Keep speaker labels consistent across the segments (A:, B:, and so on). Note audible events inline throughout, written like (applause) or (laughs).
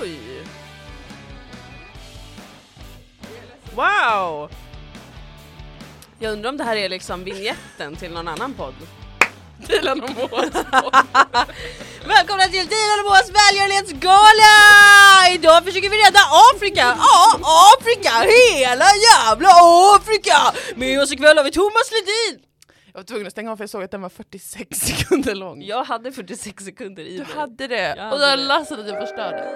A: Oj! Wow!
B: Jag undrar om det här är liksom vignetten till någon
A: (laughs)
B: annan podd. Dilan och Moas
A: Välkomna till Dilan och Moas välgörenhetsgala! Idag försöker vi rädda Afrika! Ja, Afrika! Hela jävla Afrika! Med oss ikväll har vi Thomas Ledin!
B: Jag var tvungen att stänga av för jag såg att den
C: (laughs)
B: var 46 sekunder lång.
A: Jag hade 46 sekunder i
B: Du
A: mig.
B: hade det!
A: Jag hade
B: och då har
A: det.
B: Lasse att jag förstörde.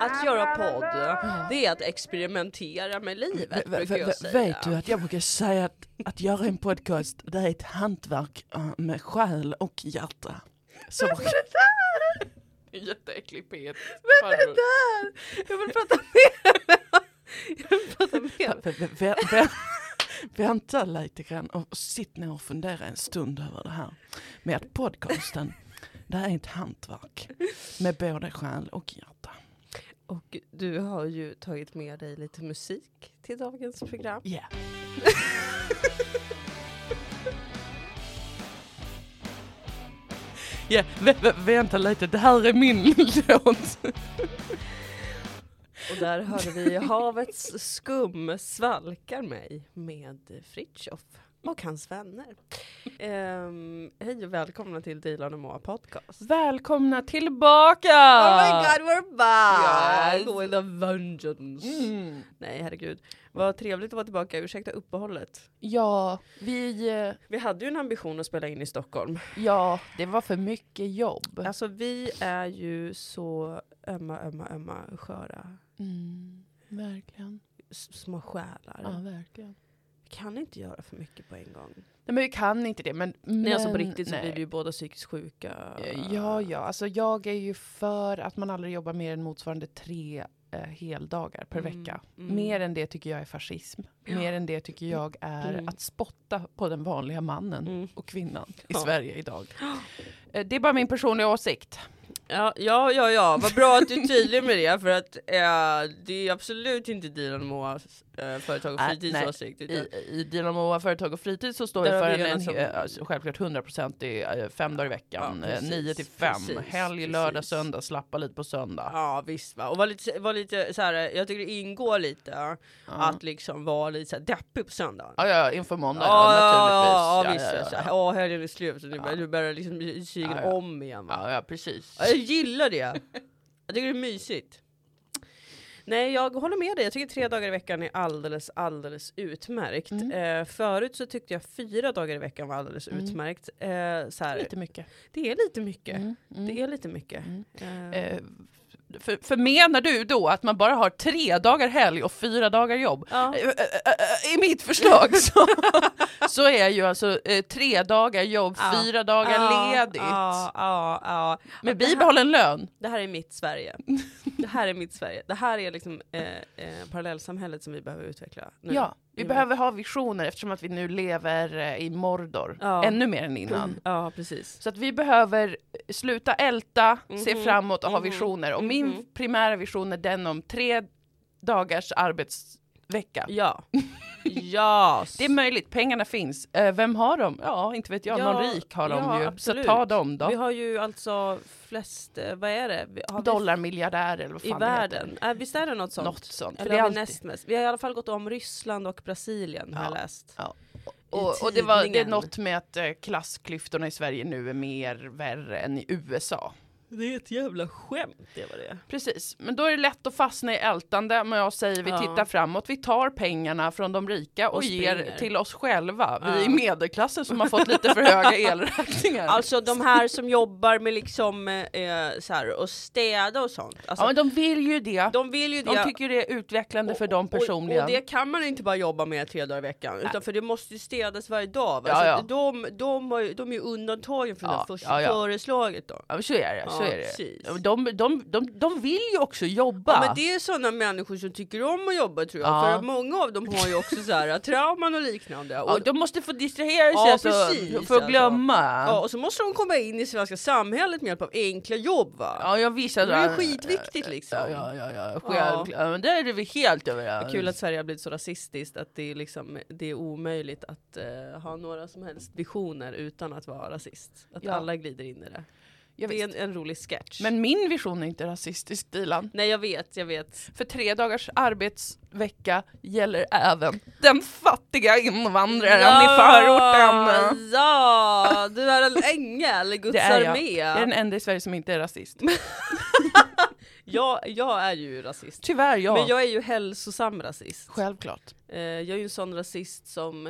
A: Att göra podd, det är att experimentera med livet brukar jag säga.
C: Vet du att jag brukar säga att, att göra en podcast, det är ett hantverk eh, med själ och hjärta.
A: (laughs)
C: Så brukar
B: Jätteäcklig pet.
A: Det (laughs) där! Jag vill prata (laughs) mer! Jag vill prata mer.
C: Vä- vä- vä- vä- (laughs) Vänta lite grann och sitt ner och fundera en stund över det här. Med att podcasten, det är ett hantverk med både själ och hjärta.
A: Och du har ju tagit med dig lite musik till dagens program.
C: (laughs) Yeah. Ja, vä- vä- vänta lite, det här är min (laughs) låt.
A: Och där hörde vi Havets skum svalkar mig med Fritiof och hans vänner. Ehm, hej och välkomna till Dilan och Moa podcast.
C: Välkomna tillbaka!
A: Oh my god we're back!
C: Ah. Yes.
A: With a vengeance. Nej herregud. Vad trevligt att vara tillbaka, ursäkta uppehållet.
C: Ja, vi, eh,
A: Vi hade ju en ambition att spela in i Stockholm.
C: ja, det var för mycket jobb.
A: Alltså vi är ju så ömma, ömma, ömma, sköra
C: Mm, verkligen.
A: s- små själar.
C: Ja, verkligen.
A: Kan inte göra för mycket på en gång.
C: Nej, men vi kan inte det. Men,
A: Nej
C: men,
A: alltså på riktigt så
C: nej.
A: blir vi ju båda psykiskt sjuka.
C: Ja, ja. Alltså, jag är ju för att man aldrig jobbar mer än motsvarande tre eh, heldagar per
A: Mm,
C: vecka.
A: mm.
C: Mer än det tycker jag är fascism. Mer än det tycker jag är
A: Mm.
C: att spotta på den vanliga mannen
A: Mm.
C: och kvinnan i
A: Ja.
C: Sverige idag. Eh, det är bara min personliga åsikt.
A: Ja, ja, ja, ja, vad bra att du är tydlig med det för att eh, det är absolut inte Dilan och Moas eh, företag och
C: Äh,
A: fritidsåsikt. utan-
C: I, i Dynamo Företag och Fritid så står
A: Där
C: jag
A: har
C: för
A: vi
C: en,
A: redan
C: en,
A: som-
C: eh, alltså, självklart 100% i eh, fem dagar i veckan.
A: Ja,
C: eh,
A: precis,
C: 9 till 5.
A: precis,
C: Helg, lördag,
A: precis.
C: söndag. Slappa lite på söndag.
A: Ja visst va, och var lite, var lite så här, jag tycker det ingår lite att liksom vara lite så här deppig på söndagen.
C: Ja, ja, inför måndag
A: Ja,
C: ja,
A: ja,
C: naturligtvis.
A: ja, visst. Ja, ja. ja helgen är slut och nu börjar, nu börjar liksom cykeln
C: Ja, ja.
A: om igen. Va?
C: Ja, ja, precis.
A: Ja, Jag gillar det. Jag tycker det är mysigt. Nej, jag håller med dig. Jag tycker tre dagar i veckan är alldeles, alldeles utmärkt. Eh, förut så tyckte jag fyra dagar i veckan var alldeles utmärkt. Eh, så här,
C: Lite mycket.
A: det är lite mycket.
C: Mm, mm.
A: Det är lite mycket. Eh,
C: Eh, för, för menar du då att man bara har tre dagar helg och fyra dagar jobb?
A: (laughs) Ja.
C: Eh, eh, eh, I mitt förslag (laughs) så, så är ju alltså eh, tre dagar jobb,
A: Ja.
C: fyra dagar
A: ja,
C: ledigt
A: Ja, ja, ja.
C: med
A: det här-
C: bibehållen lön.
A: Det här är mitt
C: (laughs)
A: Sverige. Det här är mitt Sverige. Det här är liksom eh, eh, parallellsamhället som vi behöver utveckla. Nu.
C: Ja, vi
A: Jo.
C: behöver ha visioner eftersom att vi nu lever eh, i Mordor
A: Ja.
C: ännu mer än innan.
A: Ja, precis.
C: Så att vi behöver eh, sluta älta, se
A: Mhm,
C: framåt och ha
A: mhm,
C: visioner. Och min
A: mhm.
C: primära vision är den om tre dagars arbetsvecka. (laughs)
A: Ja. Ja.
C: Det är möjligt, pengarna finns. Eh, vem har dem? Ja, inte vet jag.
A: Ja,
C: Någon rik har dem
A: ja,
C: ju.
A: absolut.
C: Så ta dem då.
A: Vi har ju alltså flest, eh, vad är det? Vi- Har vi
C: Dollarmiljardärer eller vad
A: i
C: fan det heter.
A: världen? Äh, visst är det något sånt?
C: Något sånt. För
A: Eller
C: det är
A: har vi
C: alltid-
A: näst mest? Vi har i alla fall gått om Ryssland och Brasilien har jag
C: Ja.
A: läst.
C: Ja.
A: i
C: Och, och det, var, det är
A: tidningen.
C: något med att eh, klassklyftorna i Sverige nu är mer värre än i USA.
A: Det är ett jävla skämt det var det.
C: Precis, men då är det lätt att fastna i ältande. Men jag säger vi
A: Ja.
C: tittar framåt. Vi tar pengarna från de rika och,
A: Och
C: ger
A: springer.
C: till oss själva. Vi
A: Ja.
C: i medelklassen som har fått lite för
A: (laughs)
C: höga elräkningar.
A: Alltså de här som jobbar med liksom eh, så här, och städa och sånt. Alltså,
C: ja, men de vill ju det.
A: de vill ju det.
C: De tycker det är utvecklande för dem
A: Och,
C: personligen.
A: och det kan man inte bara jobba med tre dagar i veckan, utan för det måste ju städas varje dag. Va?
C: Ja,
A: så
C: ja.
A: att De, de, har ju- de är ju undantagen från
C: Ja,
A: det här första
C: ja, ja.
A: föreslaget då.
C: Ja, men så är det. Så så är det.
A: precis.
C: De, de, de, de vill ju också jobba.
A: Ja, men det är sådana människor som tycker om att jobba tror jag.
C: Ja.
A: För att många av dem har ju också så
C: (laughs)
A: här, trauman och liknande. Och,
C: Ja, de måste få distrahera sig
A: Ja,
C: alltså,
A: precis,
C: för att
A: alltså.
C: glömma.
A: ja,
C: Ja,
A: och så måste de komma in i svenska samhället med hjälp av enkla jobb va?
C: jag visste
A: det
C: att-
A: är ju skitviktigt liksom.
C: Ja, ja, ja, ja.
A: Ja.
C: Självklart. Ja. men där är vi helt överens.
A: Kul att Sverige har blivit så rasistiskt att det är, liksom, det är omöjligt att eh, ha några som helst visioner utan att vara rasist. Att
C: Ja.
A: alla glider in i det.
C: Jag
A: det är
C: visst.
A: en, en rolig sketch.
C: Men min vision är inte rasistisk, Dilan.
A: Nej jag vet, jag vet.
C: För tre dagars arbetsvecka gäller även den fattiga invandraren i förorten.
A: Ja, du är en ängel, Guds
C: Det är jag.
A: armé.
C: Jag är den enda i Sverige som inte är rasist.
A: Jag, jag är ju rasist.
C: Tyvärr, ja.
A: Men jag är ju hälsosam rasist.
C: Självklart.
A: Eh, jag är ju en sån rasist som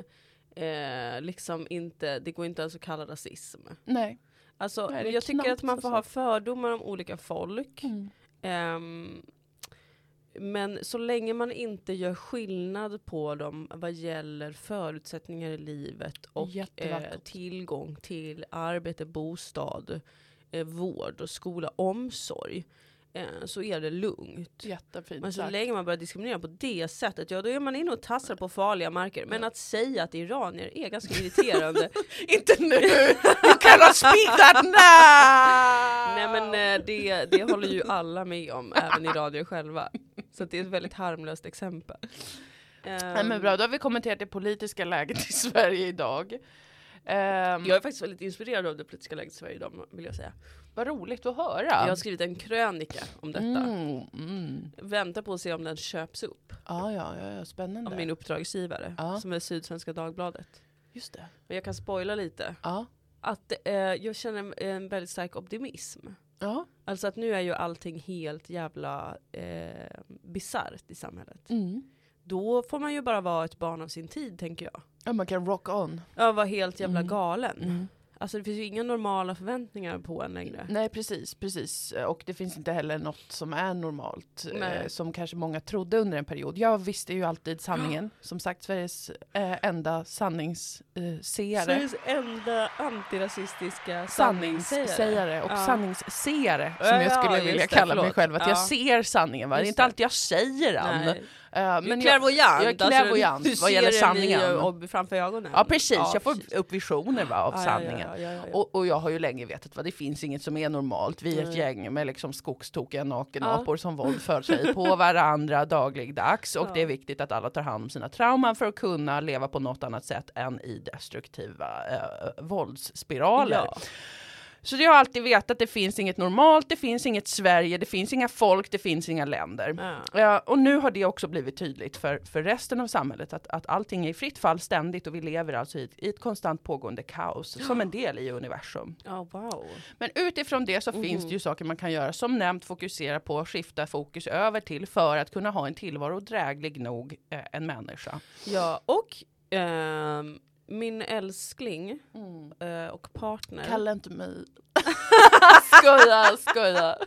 A: eh, liksom inte, det går inte ens att kalla rasism.
C: Nej.
A: Alltså,
C: Nej, det är
A: jag tycker
C: knappt
A: att
C: Mm.
A: man får ha
C: alltså.
A: fördomar om olika folk. Ehm, men så länge man inte gör skillnad på dem vad gäller förutsättningar i livet och
C: Jättevackert.
A: eh, tillgång till arbete, bostad, eh, vård och skola, omsorg, eh, så är det lugnt.
C: Jättefint
A: Men så
C: (laughs) sagt.
A: länge man börjar diskriminera på det sättet, ja då är man inne och tassar på farliga marker. Men att säga att iranier är ganska (laughs) irriterande.
C: Inte nu! You cannot speak that now!
A: Nej men eh, det, det håller ju alla med (laughs) om, även iranier själva. Så att det är ett väldigt harmlöst exempel.
C: Nej
A: Ehm,
C: men bra, då har vi kommenterat det politiska läget i Sverige idag. Ehm,
A: Jag är faktiskt väldigt inspirerad av det politiska läget i Sverige idag, vill jag säga.
C: Vad roligt att höra.
A: Jag har skrivit en krönika om detta.
C: Mm, mm.
A: Väntar på att se om den köps upp
C: Ja, ja, ja, ja, spännande.
A: av min uppdragsgivare,
C: Ja.
A: som är Sydsvenska Dagbladet.
C: Just det.
A: Men jag kan spoila lite.
C: Ja.
A: Att eh, jag känner en, en väldigt stark optimism.
C: Ja.
A: Alltså att nu är ju allting helt jävla eh, bisarrt i samhället.
C: Mm.
A: Då får man ju bara vara ett barn av sin tid tänker jag.
C: ja, man kan rock on.
A: Ja, vara helt jävla
C: Mm.
A: galen. Alltså det finns ju inga normala förväntningar på en längre.
C: Nej precis, precis. Och det finns inte heller något som är normalt. eh,
A: Nej.
C: Som kanske många trodde under en period. Jag visste ju
A: (gasps)
C: alltid sanningen. Som sagt, Sveriges eh, enda eh, sanningsseare.
A: Sveriges enda antirasistiska sanningssägare.
C: sanningssägare och
A: Ja.
C: sanningsseare
A: Ja,
C: som jag
A: ja,
C: skulle
A: just
C: vilja
A: det,
C: kalla mig
A: förlåt.
C: själv. Att
A: Ja.
C: jag ser sanningen, va? det är
A: Just
C: inte
A: det.
C: alltid jag säger den.
A: Nej.
C: Eh,
A: Men
C: men jag,
A: clairvoyant.
C: jag är
A: (laughs)
C: clairvoyant
A: alltså, du-
C: vad
A: du
C: gäller
A: ser
C: sanningen.
A: den i, och framför ögonen.
C: ja precis, jag får
A: precis.
C: upp visioner va, av
A: Ja, ja, ja,
C: sanningen.
A: Ja, ja, ja, ja.
C: Och, och jag har ju länge vetat vad det finns inget som är normalt. Vi är ett
A: Nej.
C: gäng med liksom skogstokiga nakenapor som våldför
A: (laughs)
C: sig på varandra dagligdags. Och
A: Ja.
C: det är viktigt att alla tar hand om sina trauman för att kunna leva på något annat sätt än i destruktiva eh, våldsspiraler.
A: Ja.
C: Så jag har alltid vetat att det finns inget normalt, det finns inget Sverige, det finns inga folk, det finns inga länder.
A: Ja.
C: Ja, och nu har det också blivit tydligt för, för resten av samhället att, att allting är i fritt fall ständigt och vi lever alltså i ett, i ett konstant pågående kaos som en del i universum. Mhm.
A: Ja, wow.
C: Men utifrån det så finns det ju saker man kan göra som nämnt fokusera på, skifta fokus över till för att kunna ha en tillvaro dräglig nog eh, en människa.
A: Ja, och ehm, min älskling
C: Mm.
A: eh, och partner.
C: Kalla inte (laughs) mig... skoja, skoja.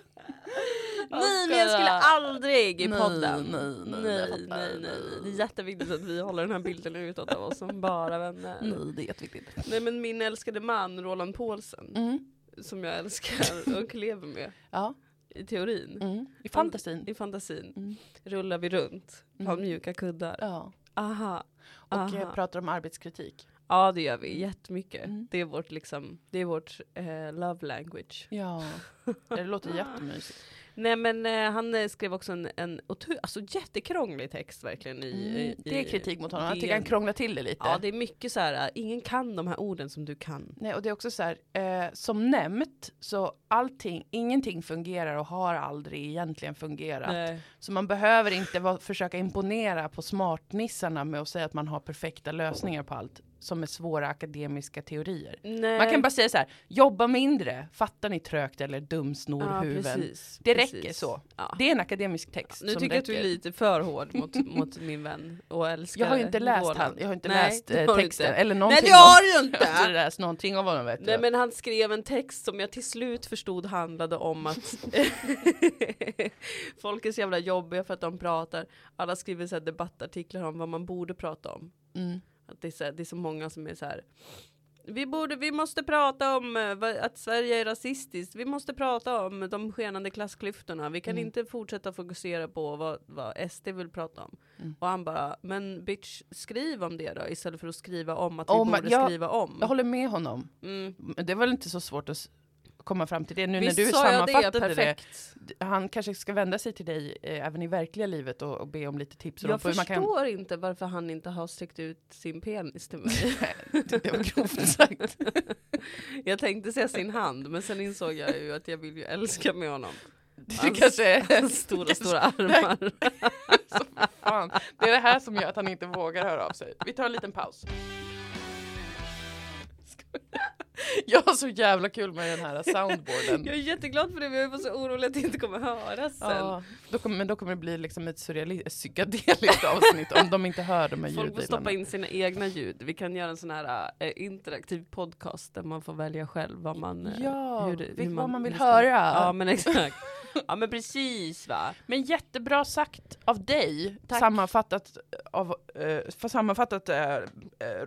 A: Nej, men jag skulle aldrig i
C: Nej,
A: podden.
C: nej, nej,
A: nej,
C: jag
A: nej,
C: fattar,
A: nej,
C: nej.
A: nej. Det är jätteviktigt att vi håller den här bilden utåt av oss som bara vänner.
C: Nej, det är jätteviktigt.
A: Nej, men min älskade man Roland Paulsen,
C: Mm.
A: som jag älskar och lever med
C: Ja,
A: i teorin.
C: mm. I fantasin.
A: I fantasin
C: Mm.
A: rullar vi runt på
C: Mm.
A: mjuka kuddar.
C: Ja.
A: Aha.
C: Och
A: Aha.
C: eh, pratar om arbetskritik.
A: Ja det gör vi jättemycket.
C: Mm.
A: Det är vårt, liksom, det är vårt eh, love language. (laughs)
C: Ja, det låter jättemysigt.
A: Nej men eh, han eh, skrev också en, en otro- alltså, jättekrånglig text verkligen. I, i,
C: Mm, Det är
A: i-
C: kritik mot honom, jag
A: det-
C: tycker han krånglar till det lite.
A: Ja det är mycket så här. eh, ingen kan de här orden som du kan.
C: Nej, och det är också så här, eh, som nämnt så allting, ingenting fungerar och har aldrig egentligen fungerat.
A: Nej.
C: Så man behöver inte va- försöka imponera på smartnissarna med att säga att man har perfekta lösningar på allt som är svåra akademiska teorier.
A: Nej.
C: Man kan bara säga så här, jobba mindre, fattar ni trögt eller
A: ja,
C: dumsnorhuven.
A: precis,
C: det
A: precis.
C: räcker så.
A: Ja.
C: det är en akademisk text.
A: Nu
C: som
A: tycker jag att du
C: räcker.
A: är lite för hård mot, (laughs) mot min vän och älskare.
C: Jag har ju inte läst,
A: Roland.
C: han, jag har inte
A: Nej,
C: läst
A: det
C: eh,
A: har du
C: texten
A: inte.
C: eller någonting.
A: Nej det har
C: (laughs) om-
A: du
C: jag har inte
A: inte!
C: läst någonting av honom vet
A: Nej
C: du.
A: men han skrev en text som jag till slut förstod handlade om att (laughs) folk är så jävla jobbiga för att de pratar. Alla skriver så här debattartiklar om vad man borde prata om.
C: Mm.
A: Att det, är så här, det är så många som är så här. Vi, borde, vi måste prata om eh, vad- att Sverige är rasistiskt. Vi måste prata om de skenande klassklyftorna. Vi kan
C: Mm.
A: inte fortsätta fokusera på vad, vad SD vill prata om.
C: Mm.
A: Och han bara, men bitch, skriv om det då istället för att skriva om att
C: Om-
A: vi borde
C: jag-
A: skriva om.
C: Jag håller med honom.
A: Mm.
C: Men Det var väl inte så svårt att s- komma fram till det nu
A: Visst
C: när du
A: sa jag det
C: sammanfattade det.
A: perfekt?
C: Han kanske ska vända sig till dig eh, även i verkliga livet och, och be om lite tips. och
A: Jag
C: råd på hur man kan-
A: förstår inte varför han inte har sträckt ut sin penis till (laughs) mig.
C: (laughs) det var grovt sagt.
A: Jag tänkte säga sin hand men sen insåg jag ju att jag vill ju älska med (laughs) honom.
C: Det
A: Hans-
C: kanske är (laughs)
A: Hans stora stora armar.
C: fan. Det är det här som gör att han inte vågar höra av sig. Vi tar en liten paus. (laughs) Jag har så jävla kul med den här
A: (laughs)
C: soundboarden.
A: Jag är jätteglad för det men jag var så orolig att det inte kommer höras sen.
C: Ja, då kommer, men då kommer det bli liksom ett
A: (laughs)
C: surreali- psykedeliskt avsnitt om de inte hör de här
A: Folk får stoppa
C: ljudbilarna.
A: in sina egna ljud. Vi kan göra en sån här eh, interaktiv podcast där man får välja själv vad man, eh,
C: Ja,
A: hur det- hur
C: vilk- vad man vill
A: lyssnar.
C: höra.
A: Ja men exakt. Ja men precis va.
C: Men jättebra sagt av dig,
A: Tack.
C: sammanfattat av eh, för sammanfattat eh, eh,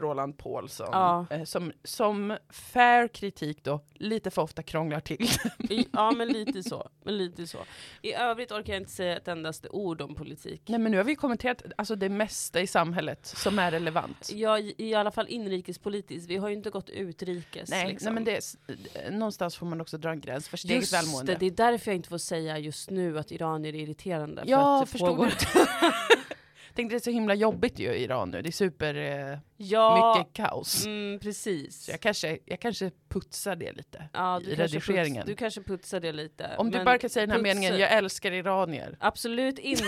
C: Roland Paulsson,
A: Ja.
C: eh, som, som fair kritik då, lite för ofta krånglar till. (laughs)
A: I, ja men lite så. Men lite så. I övrigt orkar jag inte säga ett endaste ord om politik.
C: Nej men nu har vi kommenterat alltså, det mesta i samhället som är relevant.
A: Ja, i, i alla fall inrikespolitiskt. Vi har ju inte gått utrikes.
C: Nej,
A: liksom.
C: nej men det, är s- eh, någonstans får man också dra en gräns för sitt eget
A: Just
C: välmående.
A: det, det är därför jag inte får säga just nu att iranier är irriterande. för att
C: ja,
A: det
C: förstod
A: pågår-
C: du? (laughs) Tänkte det är så himla jobbigt ju i Iran nu, det är super eh,
A: Ja,
C: mycket kaos.
A: Mm, precis.
C: Så jag kanske, jag kanske putsar det lite
A: Ja,
C: i
A: du, kanske
C: redigeringen.
A: puts, du kanske putsar det lite.
C: Om du
A: men
C: bara kan säga den här meningen,
A: putsa-
C: jag älskar iranier.
A: Absolut inte.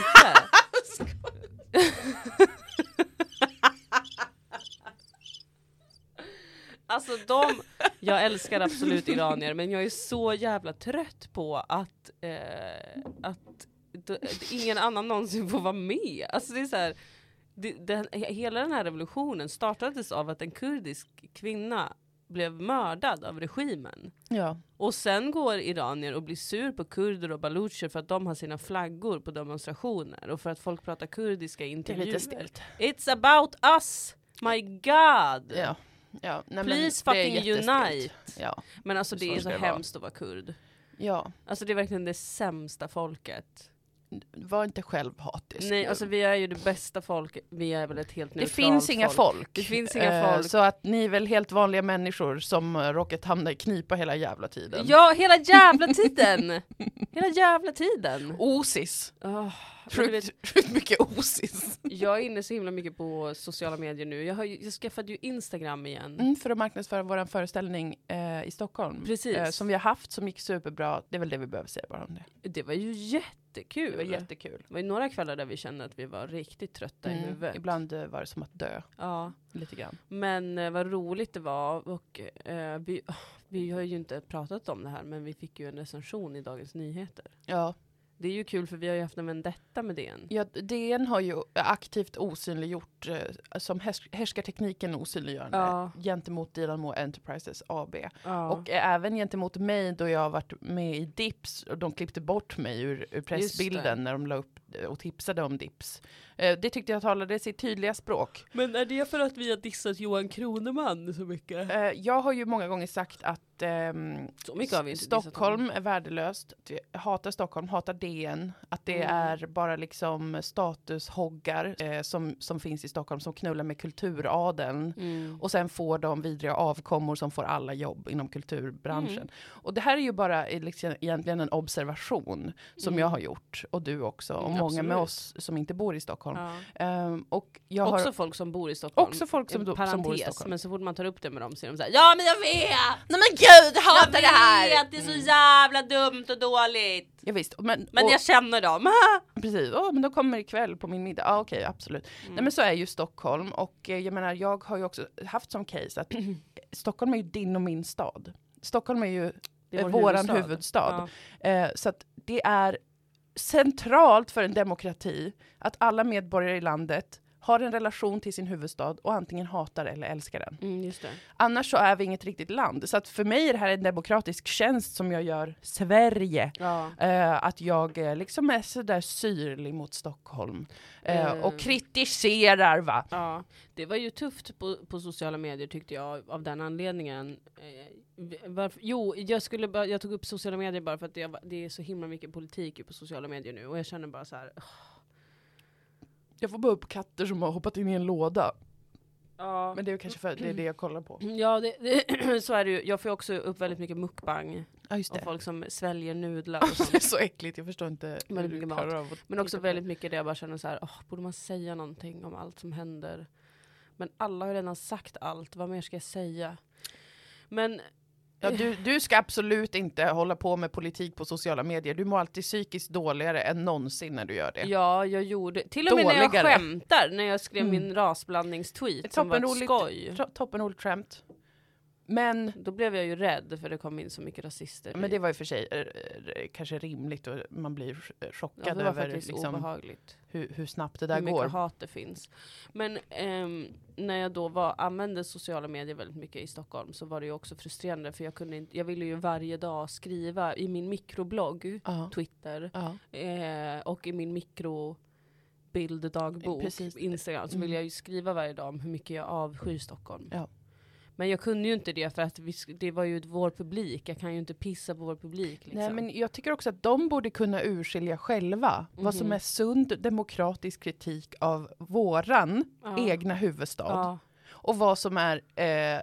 A: alltså de, jag älskar absolut iranier men jag är så jävla trött på att, eh, att d- ingen annan någonsin får vara med. Alltså det är så här, det, den, he- hela den här revolutionen startades av att en kurdisk kvinna blev mördad av regimen.
C: Ja.
A: Och sen går iranier och blir sur på kurder och balucher för att de har sina flaggor på demonstrationer och för att folk pratar kurdiska i
C: Det är
A: intervjuer.
C: lite stelt.
A: It's about us! My god!
C: Ja. Ja, nej, men
A: Please
C: det är
A: fucking
C: jättestelt.
A: unite!
C: Ja.
A: Men alltså
C: Det
A: det
C: är
A: är
C: så
A: så
C: det ska vara.
A: hemskt att vara kurd.
C: ja,
A: Alltså det är verkligen det sämsta folket.
C: var inte självhatisk.
A: Nej, alltså vi är ju det bästa folket, vi är väl ett helt
C: det
A: neutralt
C: finns inga folk.
A: Det finns inga
C: Eh,
A: folk.
C: Så att ni är väl helt vanliga människor som eh, råkat hamna i knipa hela jävla tiden.
A: Ja, hela jävla tiden! (laughs) hela jävla tiden!
C: Osis.
A: Åh, men du vet-
C: Sjukt sjukt mycket osis.
A: Jag är inne så himla mycket på sociala medier nu. Jag, har ju, jag skaffade ju Instagram igen.
C: Mm, för att marknadsföra vår föreställning eh, i Stockholm.
A: Precis.
C: Eh, som vi har haft, som gick superbra. Det är väl det vi behöver säga bara om det.
A: Det var ju jättekul.
C: Det var jättekul.
A: Det var ju några kvällar där vi kände att vi var riktigt trötta i
C: Mm.
A: huvudet.
C: Ibland eh, var det som att dö,
A: Ja.
C: lite grann.
A: Men eh, vad roligt det var. Och, eh, vi, åh, vi har ju inte pratat om det här men vi fick ju en recension i Dagens Nyheter.
C: Ja,
A: Det är ju kul för vi har ju haft en vendetta med DN.
C: Ja, DN har ju aktivt osynliggjort, eh, som härs- härskartekniken osynliggörande,
A: Ja.
C: gentemot Dynamo Enterprises AB.
A: Ja.
C: Och eh, även gentemot mig då jag har varit med i Dips, och de klippte bort mig ur, ur pressbilden när de la upp eh, och tipsade om Dips. Eh, det tyckte jag talade sitt tydliga språk.
A: men är det för att vi har dissat Johan Kroneman så mycket?
C: Eh, jag har ju många gånger sagt att ehm,
A: Så mycket har vi inte dissat honom.
C: Stockholm är värdelöst. Att vi hatar Stockholm, hatar DN. Att det
A: Mm.
C: är bara liksom statushoggar eh, som, som finns i Stockholm som knullar med kulturadeln.
A: Mm.
C: Och sen får de vidriga avkommor som får alla jobb inom kulturbranschen.
A: Mm.
C: Och det här är ju bara eh, liksom, egentligen en observation som
A: Mm.
C: jag har gjort. Och du också. Och
A: Mm,
C: många med
A: absolut.
C: oss som inte bor i Stockholm.
A: Ja.
C: Ehm, och jag
A: Också
C: har
A: folk som bor i Stockholm.
C: också folk som,
A: En
C: do,
A: parentes,
C: som bor i Stockholm.
A: men så fort man tar upp det med dem så är de såhär Ja men jag vet!
C: Nej men gud, jag
A: Jag vet! Det är så jävla dumt och dåligt!
C: Ja, visst, men,
A: Men
C: Mm. och-
A: jag känner dem! (laughs)
C: Precis, Åh, men de kommer ikväll på min middag. Ja okej, absolut.
A: Mm.
C: Nej men så är ju Stockholm och eh, jag menar jag har ju också haft som case att (clears throat) Stockholm är ju din och min stad. Stockholm är ju
A: Det är
C: eh,
A: vår
C: våran huvudstad.
A: huvudstad.
C: Eh, så att det är centralt för en demokrati att alla medborgare i landet har en relation till sin huvudstad och antingen hatar eller älskar den.
A: Mm, just det.
C: Annars så är vi inget riktigt land. Så att för mig är det här en demokratisk tjänst som jag gör Sverige.
A: Ja.
C: Eh, att jag eh, liksom är sådär syrlig mot Stockholm. Eh,
A: Mm.
C: Och kritiserar va.
A: Ja, det var ju tufft på, på sociala medier tyckte jag av den anledningen. Eh, v- varför, jo, jag, skulle bara, jag tog upp sociala medier bara för att det, var- det är så himla mycket politik ju på sociala medier nu och jag känner bara så här. "Åh,
C: Jag får bara upp katter som har hoppat in i en låda.
A: Ja,
C: Men det är ju kanske för att det är det jag kollar på.
A: (clears throat) ja det, (clears throat) det, så är det ju. Jag får ju också upp väldigt mycket mukbang
C: Ja just
A: och folk som sväljer nudlar och
C: (laughs) Det är
A: sånt.
C: så äckligt, jag förstår inte
A: Men
C: hur
A: det
C: du
A: blir
C: klarar av att
A: Men också
C: titta på
A: väldigt mycket där jag bara känner så här, "Åh, borde man säga någonting om allt som händer? Men alla har ju redan sagt allt, vad mer ska jag säga? Men
C: Ja, du, du ska absolut inte hålla på med politik på sociala medier. Du mår alltid psykiskt dåligare än någonsin när du gör det.
A: Ja, jag gjorde Till och med när
C: Dåligare.
A: jag
C: Mm.
A: skämtar, när jag skrev min rasblandningstweet som var ett
C: Toppenroligt.
A: skoj.
C: Tra- Toppenroligt skämt. Men,
A: Då blev jag ju rädd för det kom in så mycket rasister.
C: men det
A: dit.
C: var i och för sig eh, eh, kanske rimligt och man blir ch- eh, chockad
A: ja, det var
C: över
A: faktiskt
C: liksom,
A: obehagligt.
C: hur, hur snabbt det
A: Hur
C: där
A: mycket
C: går.
A: hat det finns. Men ehm, när jag då var, använde sociala medier väldigt mycket i Stockholm så var det ju också frustrerande för jag, kunde inte, jag ville ju varje dag skriva i min mikroblogg,
C: Ja,
A: Twitter,
C: ja.
A: eh, och i min mikro bilddagbok,
C: Precis.
A: Instagram, så
C: Mm.
A: vill jag ju skriva varje dag om hur mycket jag avskyr Stockholm.
C: Ja.
A: Men jag kunde ju inte det för att vi, sk- det var ju vår publik, jag kan ju inte pissa på vår publik. Liksom.
C: Nej, men jag tycker också att de borde kunna urskilja själva vad som
A: Mhm.
C: är sund demokratisk kritik av våran
A: ja.
C: egna huvudstad.
A: Ja.
C: och vad som är eh,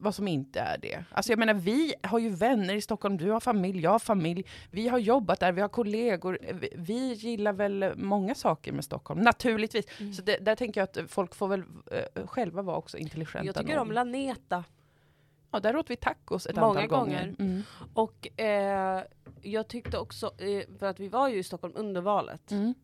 C: vad som inte är det. Alltså jag menar vi har ju vänner i Stockholm, du har familj, jag har familj, vi har jobbat där, vi har kollegor, vi- vi gillar väl många saker med Stockholm, naturligtvis. Så det, där tänker jag att folk får väl eh, själva vara också intelligenta.
A: Mm. Jag tycker om
C: nog.
A: Laneta.
C: Ja, där åt vi tacos ett
A: Många
C: antal gånger. Mm.
A: Och eh, jag tyckte också, eh, för att vi var ju i Stockholm under valet.
C: Mm.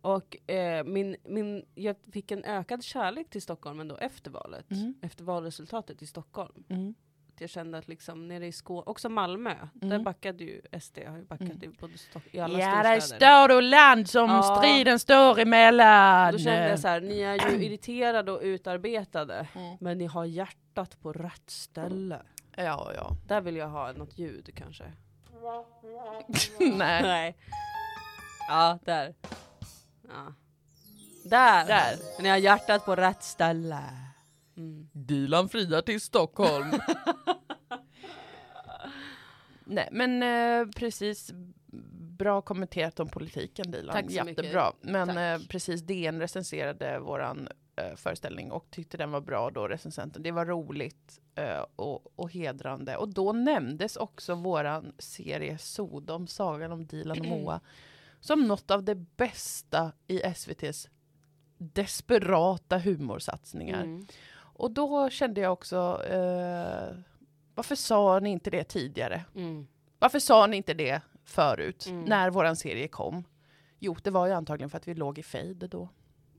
A: Och eh, min, min, jag fick en ökad kärlek till Stockholm ändå efter valet.
C: Mm.
A: Efter valresultatet i Stockholm.
C: Mm.
A: att jag kände att liksom nere i Skåne, också Malmö, där
C: Mm.
A: backade ju SD, har ju backat
C: Mm.
A: i, både Stock- i alla
C: Ja, det är
A: storstäder.
C: stad och land som
A: Ja.
C: striden står emellan.
A: Då kände jag så här, ni är
C: (clears throat)
A: ju irriterade och utarbetade,
C: Mm.
A: men ni har hjärtat på rätt ställe.
C: Ja,
A: (laughs)
C: ja.
A: Där vill jag ha något ljud kanske.
C: Nej.
A: Nej. Ja, där. Ja. Där! Där! Ni har hjärtat på rätt ställe. Mm.
C: Dilan friar
A: (laughs)
C: till Stockholm. Nej men eh, precis bra kommenterat om politiken Dilan.
A: Tack så
C: Jättebra. Men
A: Tack.
C: eh, precis DN recenserade våran eh, föreställning och tyckte den var bra då recensenten. Det var roligt eh, och, och hedrande. Och då nämndes också våran serie Sodom, Sagan om Dilan och
A: Mm.
C: Moa som något av det bästa i SVTs desperata humorsatsningar.
A: Mm.
C: Och då kände jag också, eh, varför sa ni inte det tidigare?
A: Mm.
C: Varför sa ni inte det förut,
A: Mm.
C: när våran serie kom? Jo, det var ju antagligen för att vi låg i fade då.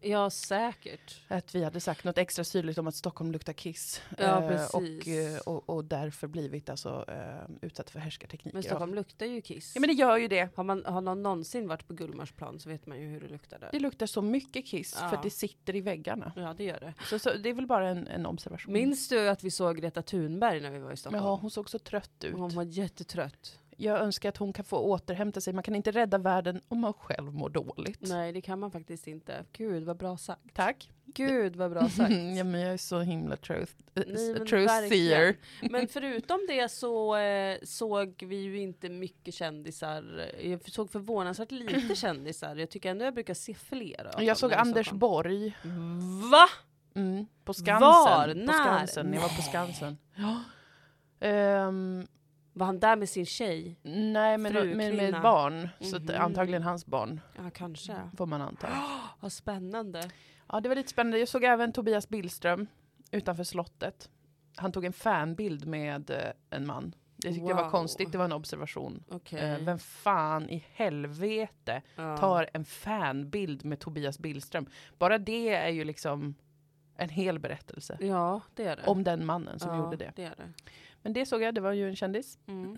A: Ja, säkert.
C: Att vi hade sagt något extra syrligt om att Stockholm luktar kiss.
A: Ja,
C: och, eh,
A: precis.
C: och, och därför blivit alltså, eh, utsatt för härskartekniker.
A: Men Stockholm luktar ju kiss.
C: Ja, men det gör ju det.
A: Har, man, har någon någonsin varit på Gullmarsplan så vet man ju hur det luktar där.
C: Det luktar så mycket kiss för
A: Ja.
C: att det sitter i väggarna.
A: Ja det gör det.
C: Så, så det är väl bara en, en observation.
A: Minns du att vi såg Greta Thunberg när vi var i
C: Men ja,
A: Stockholm?
C: hon såg så trött ut.
A: Hon var jättetrött.
C: Jag önskar att hon kan få återhämta sig. Man kan inte rädda världen om man själv mår dåligt.
A: Nej det kan man faktiskt inte. Gud vad bra sagt.
C: Tack.
A: Gud vad bra sagt.
C: (laughs) ja, men jag är så himla truth, eh,
A: Nej, men
C: truth
A: verkligen.
C: seer.
A: Men förutom det så eh, såg vi ju inte mycket kändisar. Jag såg förvånansvärt
C: (clears throat)
A: lite kändisar. Jag tycker ändå jag brukar se fler. av dem
C: Jag såg
A: när vi
C: Anders
A: Stockholm.
C: Borg
A: Va?
C: mm, på Skansen.
A: Var?
C: På
A: När?
C: Skansen. Jag var på Skansen. Ja. Ehm,
A: Var han där med sin tjej?
C: nej, men
A: Fru,
C: med, med
A: kvinna.
C: ett barn. Så att,
A: Mhm.
C: antagligen hans barn,
A: Ja kanske.
C: får man anta.
A: Vad spännande.
C: Ja, det var lite spännande. Jag såg även Tobias Billström utanför slottet. Han tog en fanbild med eh, en man. Det tyckte jag var
A: Wow.
C: konstigt. Det var en observation.
A: Okej.
C: Eh, Vem fan i helvete
A: Ja.
C: tar en fanbild med Tobias Billström? Bara det är ju liksom en hel berättelse
A: Ja det är det.
C: om den mannen som
A: ja,
C: gjorde det.
A: det är det.
C: (clears throat) Men det såg jag, det var ju en kändis.
A: Mm.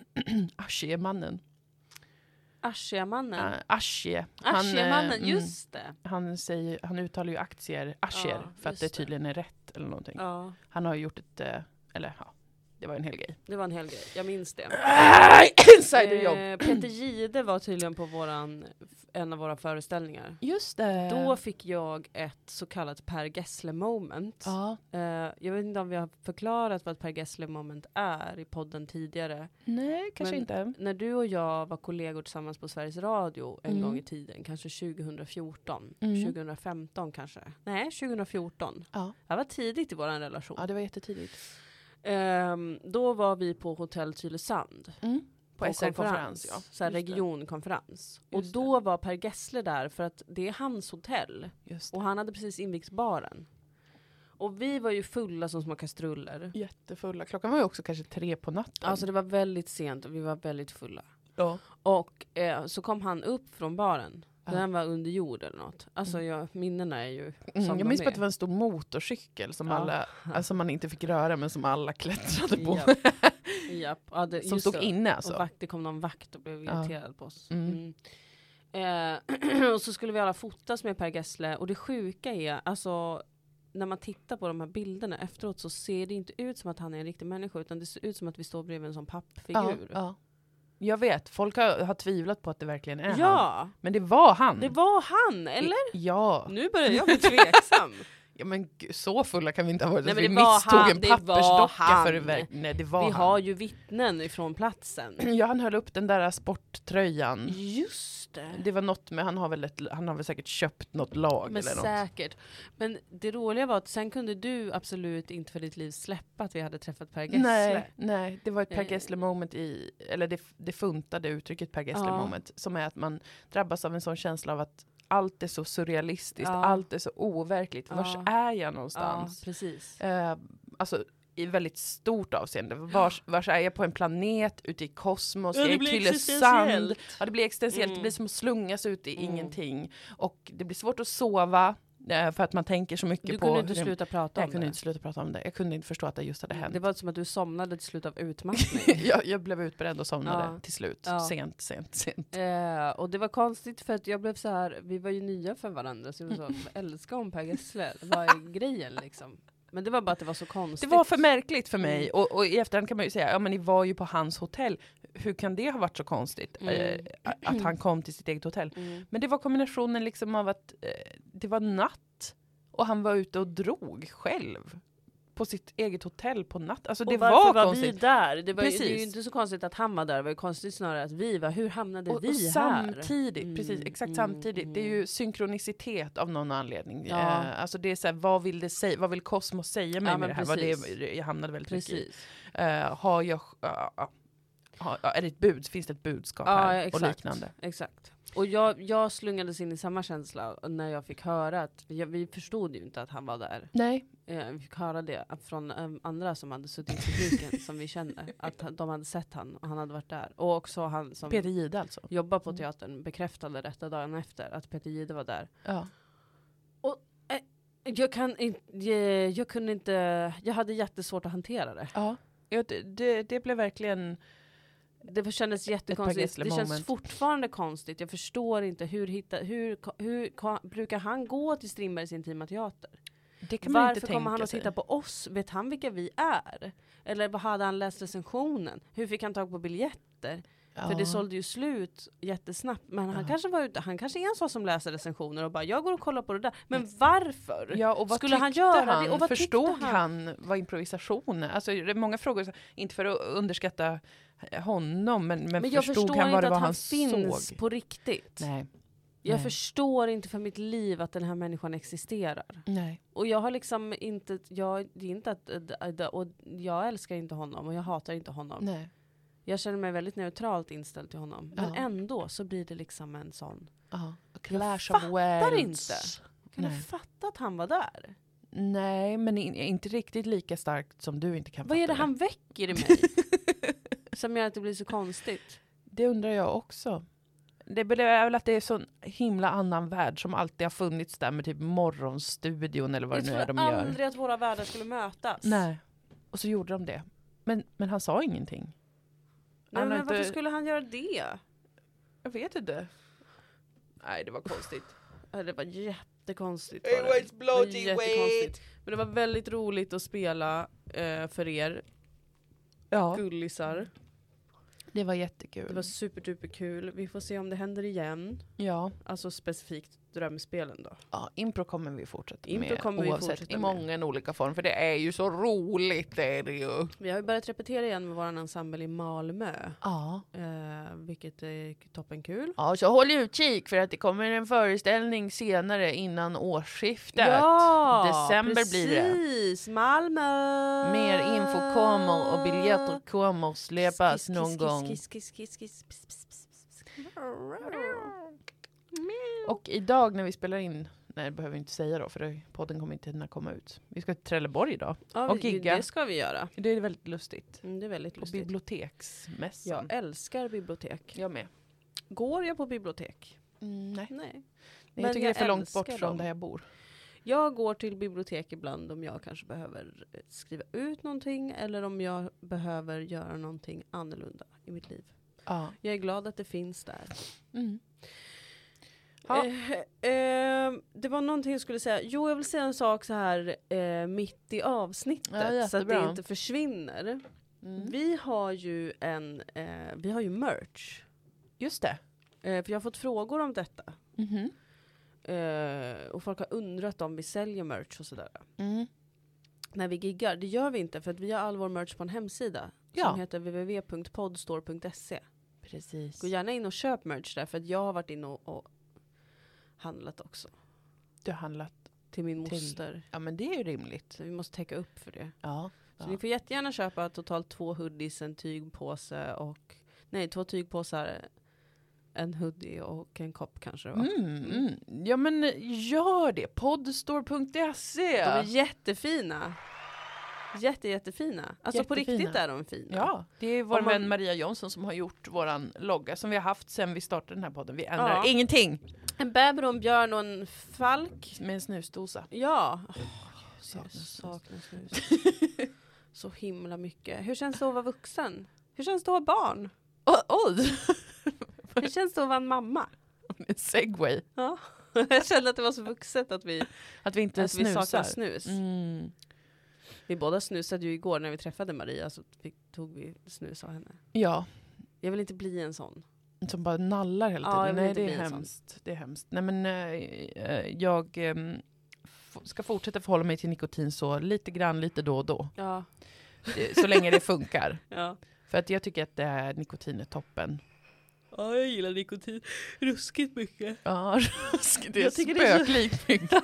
C: Aschie-mannen.
A: Aschiamannen.
C: Uh, Asche. Han, eh,
A: Aschiamannen,
C: mm,
A: just det.
C: han, säger, han uttalar ju aktier, ascher,
A: Ja,
C: för att
A: just
C: det
A: det.
C: tydligen är rätt eller någonting.
A: Ja,
C: Han har ju gjort ett, eh, eller ja, det var en hel grej.
A: det var en hel grej. Jag minns
C: (clears throat)
A: det.
C: Insiderjobb!
A: Eh, Peter Gide var tydligen på våran, en av våra föreställningar.
C: Just det.
A: Då fick jag ett så kallat Per Gessle moment.
C: ja,
A: Eh, jag vet inte om vi har förklarat vad ett Per Gessle moment är i podden tidigare.
C: nej kanske
A: Men-
C: inte.
A: När du och jag var kollegor tillsammans på Sveriges Radio en
C: Mm.
A: gång i tiden, kanske 2014,
C: Mm.
A: 2015 kanske. Nej, 2014.
C: Ja.
A: Det var tidigt i vår relation.
C: ja, det var jättetidigt.
A: Ehm, då var vi på Hotell Tylösand.
C: Mm. På,
A: en
C: SR-konferens, ja.
A: Så här
C: Just det.
A: regionkonferens. Och
C: Just det.
A: då var Per Gessle där för att det är hans hotell.
C: Just
A: Och han hade precis invigt baren. Och vi var ju fulla som små kastruller.
C: det. Jättefulla. Klockan var ju också kanske tre på natten.
A: Alltså det var väldigt sent och vi var väldigt fulla.
C: ja.
A: Och eh, så kom han upp från baren.
C: Ja.
A: Den var under jord eller något. Alltså jag, minnena är ju som
C: Mm,
A: de
C: jag minns
A: är.
C: bara att det var en stor motorcykel som
A: Ja. (laughs)
C: alla, alltså man inte fick röra men som alla klättrade på.
A: Japp. (laughs) Japp. Ja, det,
C: (laughs) som
A: just
C: stod
A: det.
C: inne alltså.
A: Och vakt, det kom någon vakt och blev
C: Ja.
A: irriterad på oss.
C: Mm.
A: Mm. Eh, (clears throat) och så skulle vi alla fotas med Per Gessle och det sjuka är, alltså när man tittar på de här bilderna efteråt så ser det inte ut som att han är en riktig människa utan det ser ut som att vi står bredvid en sån
C: ja,
A: pappfigur.
C: ja. Jag vet, folk har, har tvivlat på att det verkligen är han.
A: Ja,
C: Men det var han.
A: det var han! Eller?
C: Ja.
A: Nu börjar jag bli tveksam.
C: ja men gud, så fulla kan vi inte ha varit.
A: Nej,
C: Nej,
A: men
C: vi
A: det var
C: misstog
A: han,
C: en
A: det var
C: pappersdocka
A: han.
C: för det verk- Nej det (laughs) var
A: vi
C: han. Mm.
A: har ju vittnen ifrån platsen.
C: (clears throat) Ja han höll upp den där sporttröjan.
A: Just det.
C: Det var något med, han har väl, ett, han har väl säkert köpt något lag
A: Men
C: eller något.
A: säkert. Men det roliga var att sen kunde du absolut inte för ditt liv släppa att vi hade träffat Per Gessle.
C: Nej, nej, det var ett Per
A: Eh.
C: Gessle moment i, eller det, det funtade uttrycket Per Gessle
A: Ja.
C: moment, som är att man drabbas av en sån känsla av att allt är så surrealistiskt,
A: Ja.
C: allt är så overkligt,
A: Ja.
C: vars är jag
A: Ja,
C: någonstans?
A: precis.
C: Eh, alltså i väldigt stort avseende, vars, vars är jag på en planet, ute i kosmos, jag är i Tylösand. Ja, det blir existentiellt, det
A: Mm.
C: blir som att slungas ut i
A: Mm.
C: ingenting. Och det blir svårt att sova, eh, för att man tänker så mycket
A: Du
C: på...
A: kunde
C: hur
A: inte
C: det-
A: sluta prata
C: Nej,
A: om
C: jag kunde
A: det.
C: inte sluta prata om det, jag kunde inte förstå att det just hade hänt. (laughs)
A: Det var som att du somnade till slut av utmattning.
C: jag, jag blev utbredd och somnade
A: Ja.
C: till slut.
A: Ja.
C: Sent, sent, sent.
A: eh, och det var konstigt för att jag blev så här, vi var ju nya för varandra så jag var så, älskar hon Per Gessle? Vad
C: (laughs)
A: är grejen liksom? Men det var bara att det var så
C: Det
A: konstigt.
C: var för märkligt för mig och, och i efterhand kan man ju säga, ja men ni var ju på hans hotell. Hur kan det ha varit så konstigt
A: Mm.
C: eh, att han kom till sitt eget hotell?
A: Mm.
C: Men det var kombinationen liksom av att eh, det var natt och han var ute och drog själv på sitt eget hotell på natt. Alltså det
A: och varför
C: var,
A: var vi
C: konstigt.
A: där? Det, var ju, det är ju
C: Precis.
A: inte så konstigt att han var där, det var ju konstigt snarare att vi var, hur hamnade
C: och, och
A: vi här?
C: samtidigt,
A: Mm,
C: precis, exakt
A: mm,
C: samtidigt. Det är
A: mm.
C: ju synkronicitet av någon anledning.
A: Ja.
C: Eh, alltså det är så här, vad vill det säga, vad vill kosmos säga mig
A: Ja, men
C: med det här? Vad
A: precis.
C: det, jag hamnade väldigt mycket i.
A: Precis.
C: Eh, har jag, ja, ja. har, ja, är det ett bud, finns det ett budskap
A: Ja,
C: här?
A: exakt.
C: Och liknande.
A: Exakt. Och jag, jag slungades in i samma känsla när jag fick höra att, jag, vi förstod ju inte att han var där.
C: Nej.
A: Eh, Vi fick höra det från eh, andra som hade suttit i
C: (laughs)
A: publiken som vi känner. Att han- de hade sett han och han hade varit där. Och också han som
C: Peter Jihde alltså.
A: jobbar på teatern bekräftade detta dagen efter att Peter Jihde var där.
C: Ja.
A: Jag, kan inte, eh, jag kunde inte, jag hade jättesvårt att hantera det.
C: ja. Ja, det- det, det blev verkligen...
A: Det var- kändes
C: Per
A: jättekonstigt.
C: Gessle
A: Det känns
C: moment.
A: fortfarande konstigt. Jag förstår inte hur, hitta, hur, hur ka- brukar han gå till Strindbergs intima teater?
C: Det kan man
A: Varför
C: inte
A: kommer
C: tänka
A: han att
C: sig.
A: titta på oss? Vet han vilka vi är? Eller vad hade han läst recensionen? Hur fick han tag på biljetter?
C: Ja.
A: För det sålde ju slut jättesnabbt. Men han,
C: Ja.
A: kanske var ute, han kanske är en sån som läser recensioner och bara jag går och kollar på det där. Men varför?
C: Ja, och vad
A: Skulle han
C: tyckte
A: göra det?
C: han?
A: Och vad tyckte
C: Förstod
A: han?
C: han? vad improvisation är? Alltså, det är många frågor, så- inte för att underskatta honom, men, men,
A: Men, jag
C: förstod
A: förstår
C: han vad
A: inte
C: det var
A: att han
C: han
A: finns
C: såg?
A: på riktigt.
C: Nej.
A: jag
C: nej.
A: förstår inte för mitt liv att den här människan existerar.
C: Nej.
A: Och jag har liksom inte, jag, det är inte att, och jag älskar inte honom och jag hatar inte honom.
C: Nej.
A: Jag känner mig väldigt neutralt inställd till honom. Men
C: Ja.
A: ändå så blir det liksom en sån.
C: Ja.
A: Jag
C: Clash of
A: fattar
C: Worlds.
A: inte. Kan du
C: Nej.
A: fatta att han var där?
C: Nej, men in, inte riktigt lika starkt som du inte kan
A: Vad är
C: fatta
A: det han väcker i
C: (laughs)
A: mig? som gör att det blir så konstigt.
C: Det undrar jag också. Det är väl att det är sån himla annan värld som alltid har funnits där med typ morgonstudion eller vad
A: Jag
C: det nu är de
A: trodde
C: gör.
A: aldrig att våra världar skulle mötas.
C: Nej. Och så gjorde de det. Men, men han sa ingenting.
A: Nej
C: Han har
A: men
C: inte-
A: varför skulle han göra det?
C: Jag vet inte. Nej, det var konstigt.
A: Ja, Det var jättekonstigt.
C: It
A: Var det.
C: was
A: Det var
C: bloody
A: jättekonstigt. Men det var väldigt roligt att spela eh, för er
C: Ja,
A: gullisar.
C: det var
A: Det
C: jättekul.
A: var superduperkul. Vi får se om det händer igen.
C: Ja,
A: Alltså specifikt drömspelen då.
C: ja, impro kommer vi fortsätta
A: Impro
C: med
A: kommer vi
C: oavsett
A: fortsätta
C: i
A: med.
C: många olika former. För det är ju så roligt, det är det ju.
A: Vi har ju börjat repetera igen med vår ensemble i Malmö.
C: Ja.
A: Eh, vilket är toppenkul.
C: ja, så håll utkik för att det kommer en föreställning senare innan årsskiftet. December blir det.
A: precis! Malmö!
C: Mer info kommer och biljetter kommer släppas någon gång.
A: Kiss, kiss, kiss, kiss, kiss, kiss, kiss, kiss, kiss.
C: Och idag när vi spelar in, nej det behöver vi inte säga då för det, podden kommer inte hinna komma ut. Vi ska till Trelleborg idag.
A: Ja,
C: Och
A: vi-
C: gigga.
A: Det ska vi göra.
C: Det är väldigt lustigt.
A: Mm, det är väldigt
C: Och
A: lustigt.
C: biblioteksmässan.
A: Jag älskar bibliotek.
C: Jag med.
A: Går jag på bibliotek?
C: Mm, nej.
A: Nej.
C: Men
A: Men
C: jag tycker
A: jag
C: det är för långt
A: älskar
C: bort från
A: dem.
C: där jag bor.
A: Jag går till bibliotek ibland om jag kanske behöver eh, skriva ut någonting eller om jag behöver göra någonting annorlunda i mitt liv.
C: Ja.
A: Jag är glad att det finns där.
C: Mm. Ja.
A: Eh, (laughs) eh, det var någonting jag skulle säga. Jo, jag vill säga en sak så här eh, mitt i avsnittet
C: Ja,
A: så att det
C: jättebra.
A: inte försvinner.
C: Mm.
A: Vi har ju en, eh, vi har ju merch.
C: Just det.
A: Eh, för jag har fått frågor om detta.
C: Mhm.
A: Eh, och folk har undrat om vi säljer merch och sådär.
C: Mm.
A: När vi giggar, det gör vi inte för att vi har all vår merch på en hemsida.
C: Ja.
A: Som heter www.podstore.se.
C: Precis.
A: Gå gärna in och köp merch där för att jag har varit inne och, och handlat också.
C: Du har handlat.
A: Till min
C: Till-
A: moster.
C: Ja men det är ju rimligt.
A: Så vi måste täcka upp för det.
C: Ja.
A: Så ni får jättegärna köpa totalt två hoodies, en tygpåse och... Nej, två tygpåsar, en hoodie och en kopp kanske det var.
C: Mm, mm. Ja men gör det. Podstore.se.
A: De är jättefina. Jätte, jättefina. Alltså på
C: Jättefina.
A: riktigt är de fina.
C: Ja, det är vår
A: Om man-
C: vän Maria Jonsson som har gjort våran logga som vi har haft sedan vi startade den här podden. Vi ändrar
A: Ja.
C: ingenting.
A: En bäver och en björn och en falk.
C: Med en snusdosa.
A: Ja.
C: saknar
A: jag
C: snus.
A: saknar snus. (laughs) Så himla mycket. Hur känns det att vara vuxen? Hur känns det att vara barn?
C: Oj, oj! (laughs)
A: Hur känns det att vara en mamma?
C: En segway.
A: Ja. (laughs) Jag kände att det var så vuxet att vi,
C: Att vi inte
A: att vi saknar
C: snusar.
A: snus.
C: Mm.
A: Vi båda snusade ju igår när vi träffade Maria så vi, tog vi snus av henne.
C: Ja,
A: Jag vill inte bli en sån.
C: som bara nallar hela
A: Ja,
C: tiden.
A: jag vill
C: Nej,
A: inte
C: det
A: bli
C: är
A: en sån.
C: hemskt. Det är hemskt. Nej, men eh, eh, jag ehm, f- ska fortsätta förhålla mig till nikotin så lite grann, lite då och då.
A: Ja.
C: Eh, Så länge
A: (laughs)
C: det funkar.
A: ja.
C: För att jag tycker att det här nikotin är toppen.
A: Ja, jag gillar nikotin ruskigt mycket.
C: Ja, ruskigt. Det är
A: Jag tycker (laughs) det är så- (laughs)
C: spöklikt mycket.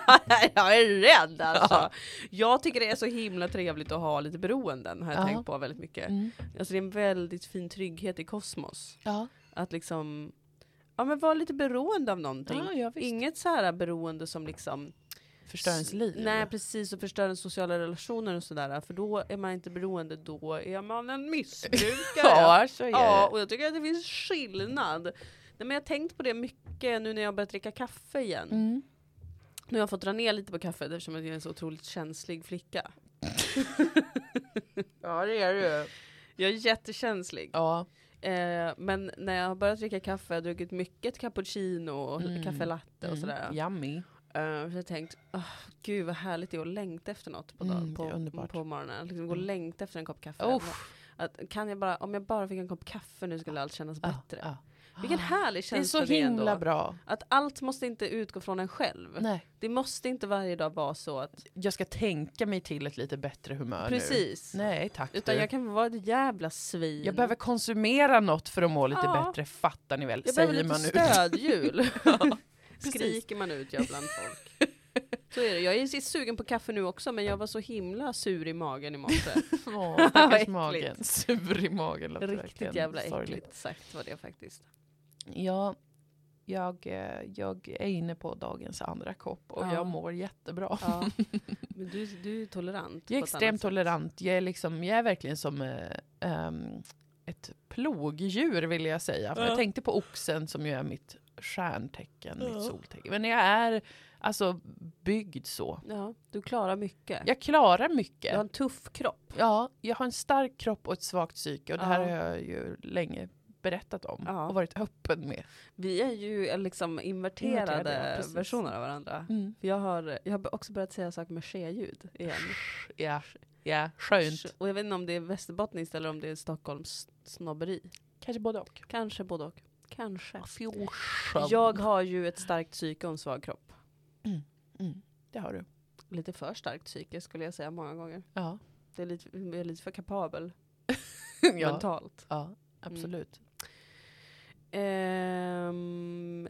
A: jag är rädd alltså. Jag tycker det är så himla trevligt att ha lite beroenden har jag
C: Ja.
A: tänkt på väldigt mycket.
C: Mm.
A: Alltså det är en väldigt fin trygghet i kosmos.
C: Ja.
A: Att liksom, ja men vara lite beroende av någonting.
C: Ja, ja, visst.
A: Inget så här beroende som liksom
C: Förstör ens liv.
A: Nej precis, och förstör ens sociala relationer och sådär. För då är man inte beroende, då är man en missbrukare.
C: (laughs) Ja, så är
A: ja,
C: det.
A: och jag tycker att det finns skillnad. Nej, men jag har tänkt på det mycket nu när jag har börjat dricka kaffe igen.
C: Mm.
A: Nu har jag fått dra ner lite på kaffet eftersom jag är en så otroligt känslig flicka.
C: (laughs) Ja, det är du.
A: Jag är jättekänslig.
C: Ja.
A: Eh, men när jag har börjat dricka kaffe, jag har druckit mycket cappuccino och
C: Mm.
A: kaffe latte och sådär.
C: Yummy.
A: Eh, så jag tänkt, oh, gud vad härligt det är att längta efter något på, dag,
C: Mm, det är
A: på,
C: underbart.
A: på morgonen. Att Liksom gå och
C: Mm.
A: längta efter en kopp kaffe.
C: Uff.
A: Att, kan jag bara, om jag bara fick en kopp kaffe nu skulle allt kännas bättre.
C: Ja, ja.
A: Vilken härlig
C: Ah, Det är
A: känsla
C: så
A: det är, ändå.
C: himla bra.
A: Att allt måste inte utgå från en själv.
C: Nej.
A: Det måste inte varje dag vara så att,
C: Jag ska tänka mig till ett lite bättre humör nu.
A: precis.
C: Nej tack
A: Utan
C: du.
A: jag
C: Jag,
A: kan vara ett jävla svin.
C: behöver konsumera något för att må lite
A: Ja.
C: bättre, fattar ni väl?
A: jag
C: Säger
A: behöver lite
C: man ut.
A: stödhjul. (laughs)
C: precis.
A: Skriker man ut ja, bland folk. Så är det. Jag är sugen på kaffe nu också men jag var så himla sur i magen i
C: (laughs)
A: morse.
C: (laughs) Åh, stackars
A: äckligt.
C: magen. Sur i magen. låter
A: Riktigt
C: verkligen
A: jävla
C: sorgligt.
A: äckligt sagt var det
C: (laughs)
A: faktiskt.
C: Ja, jag, eh, jag är inne på dagens andra kopp och
A: Ja.
C: jag mår jättebra.
A: Ja. Men du, du är tolerant.
C: Jag är
A: på ett
C: extremt
A: annat sätt.
C: tolerant. Jag är, liksom, jag är verkligen som eh, ehm, ett plogdjur vill jag säga. För
A: Ja.
C: Jag tänkte på oxen som ju är mitt stjärntecken,
A: Ja.
C: mitt soltecken. Men jag är alltså byggd så.
A: Ja, du klarar mycket.
C: Jag klarar
A: Du har
C: mycket.
A: en tuff kropp.
C: Ja, jag har en stark kropp och ett svagt psyke och det här
A: Ja.
C: har jag ju länge berättat om
A: Ja.
C: och varit öppen med.
A: Vi är ju eh, liksom inverterade,
C: Inverterade, ja, precis.
A: versioner av varandra.
C: Mm.
A: För jag har, jag har också börjat säga saker med ske-ljud igen.
C: Ja, ja, skönt.
A: Och jag vet inte om det är västerbottniskt eller om det är Stockholms snobberi.
C: Kanske både och.
A: Kanske både och. Kanske.
C: Fjorsan.
A: Jag har ju ett starkt psyke och en svag kropp.
C: Mm, det har du.
A: Lite för starkt psyke skulle jag säga många gånger. (laughs)
C: Ja,
A: Det är lite, jag är lite för kapabel
C: ja.
A: mentalt.
C: ja absolut.
A: Ehm,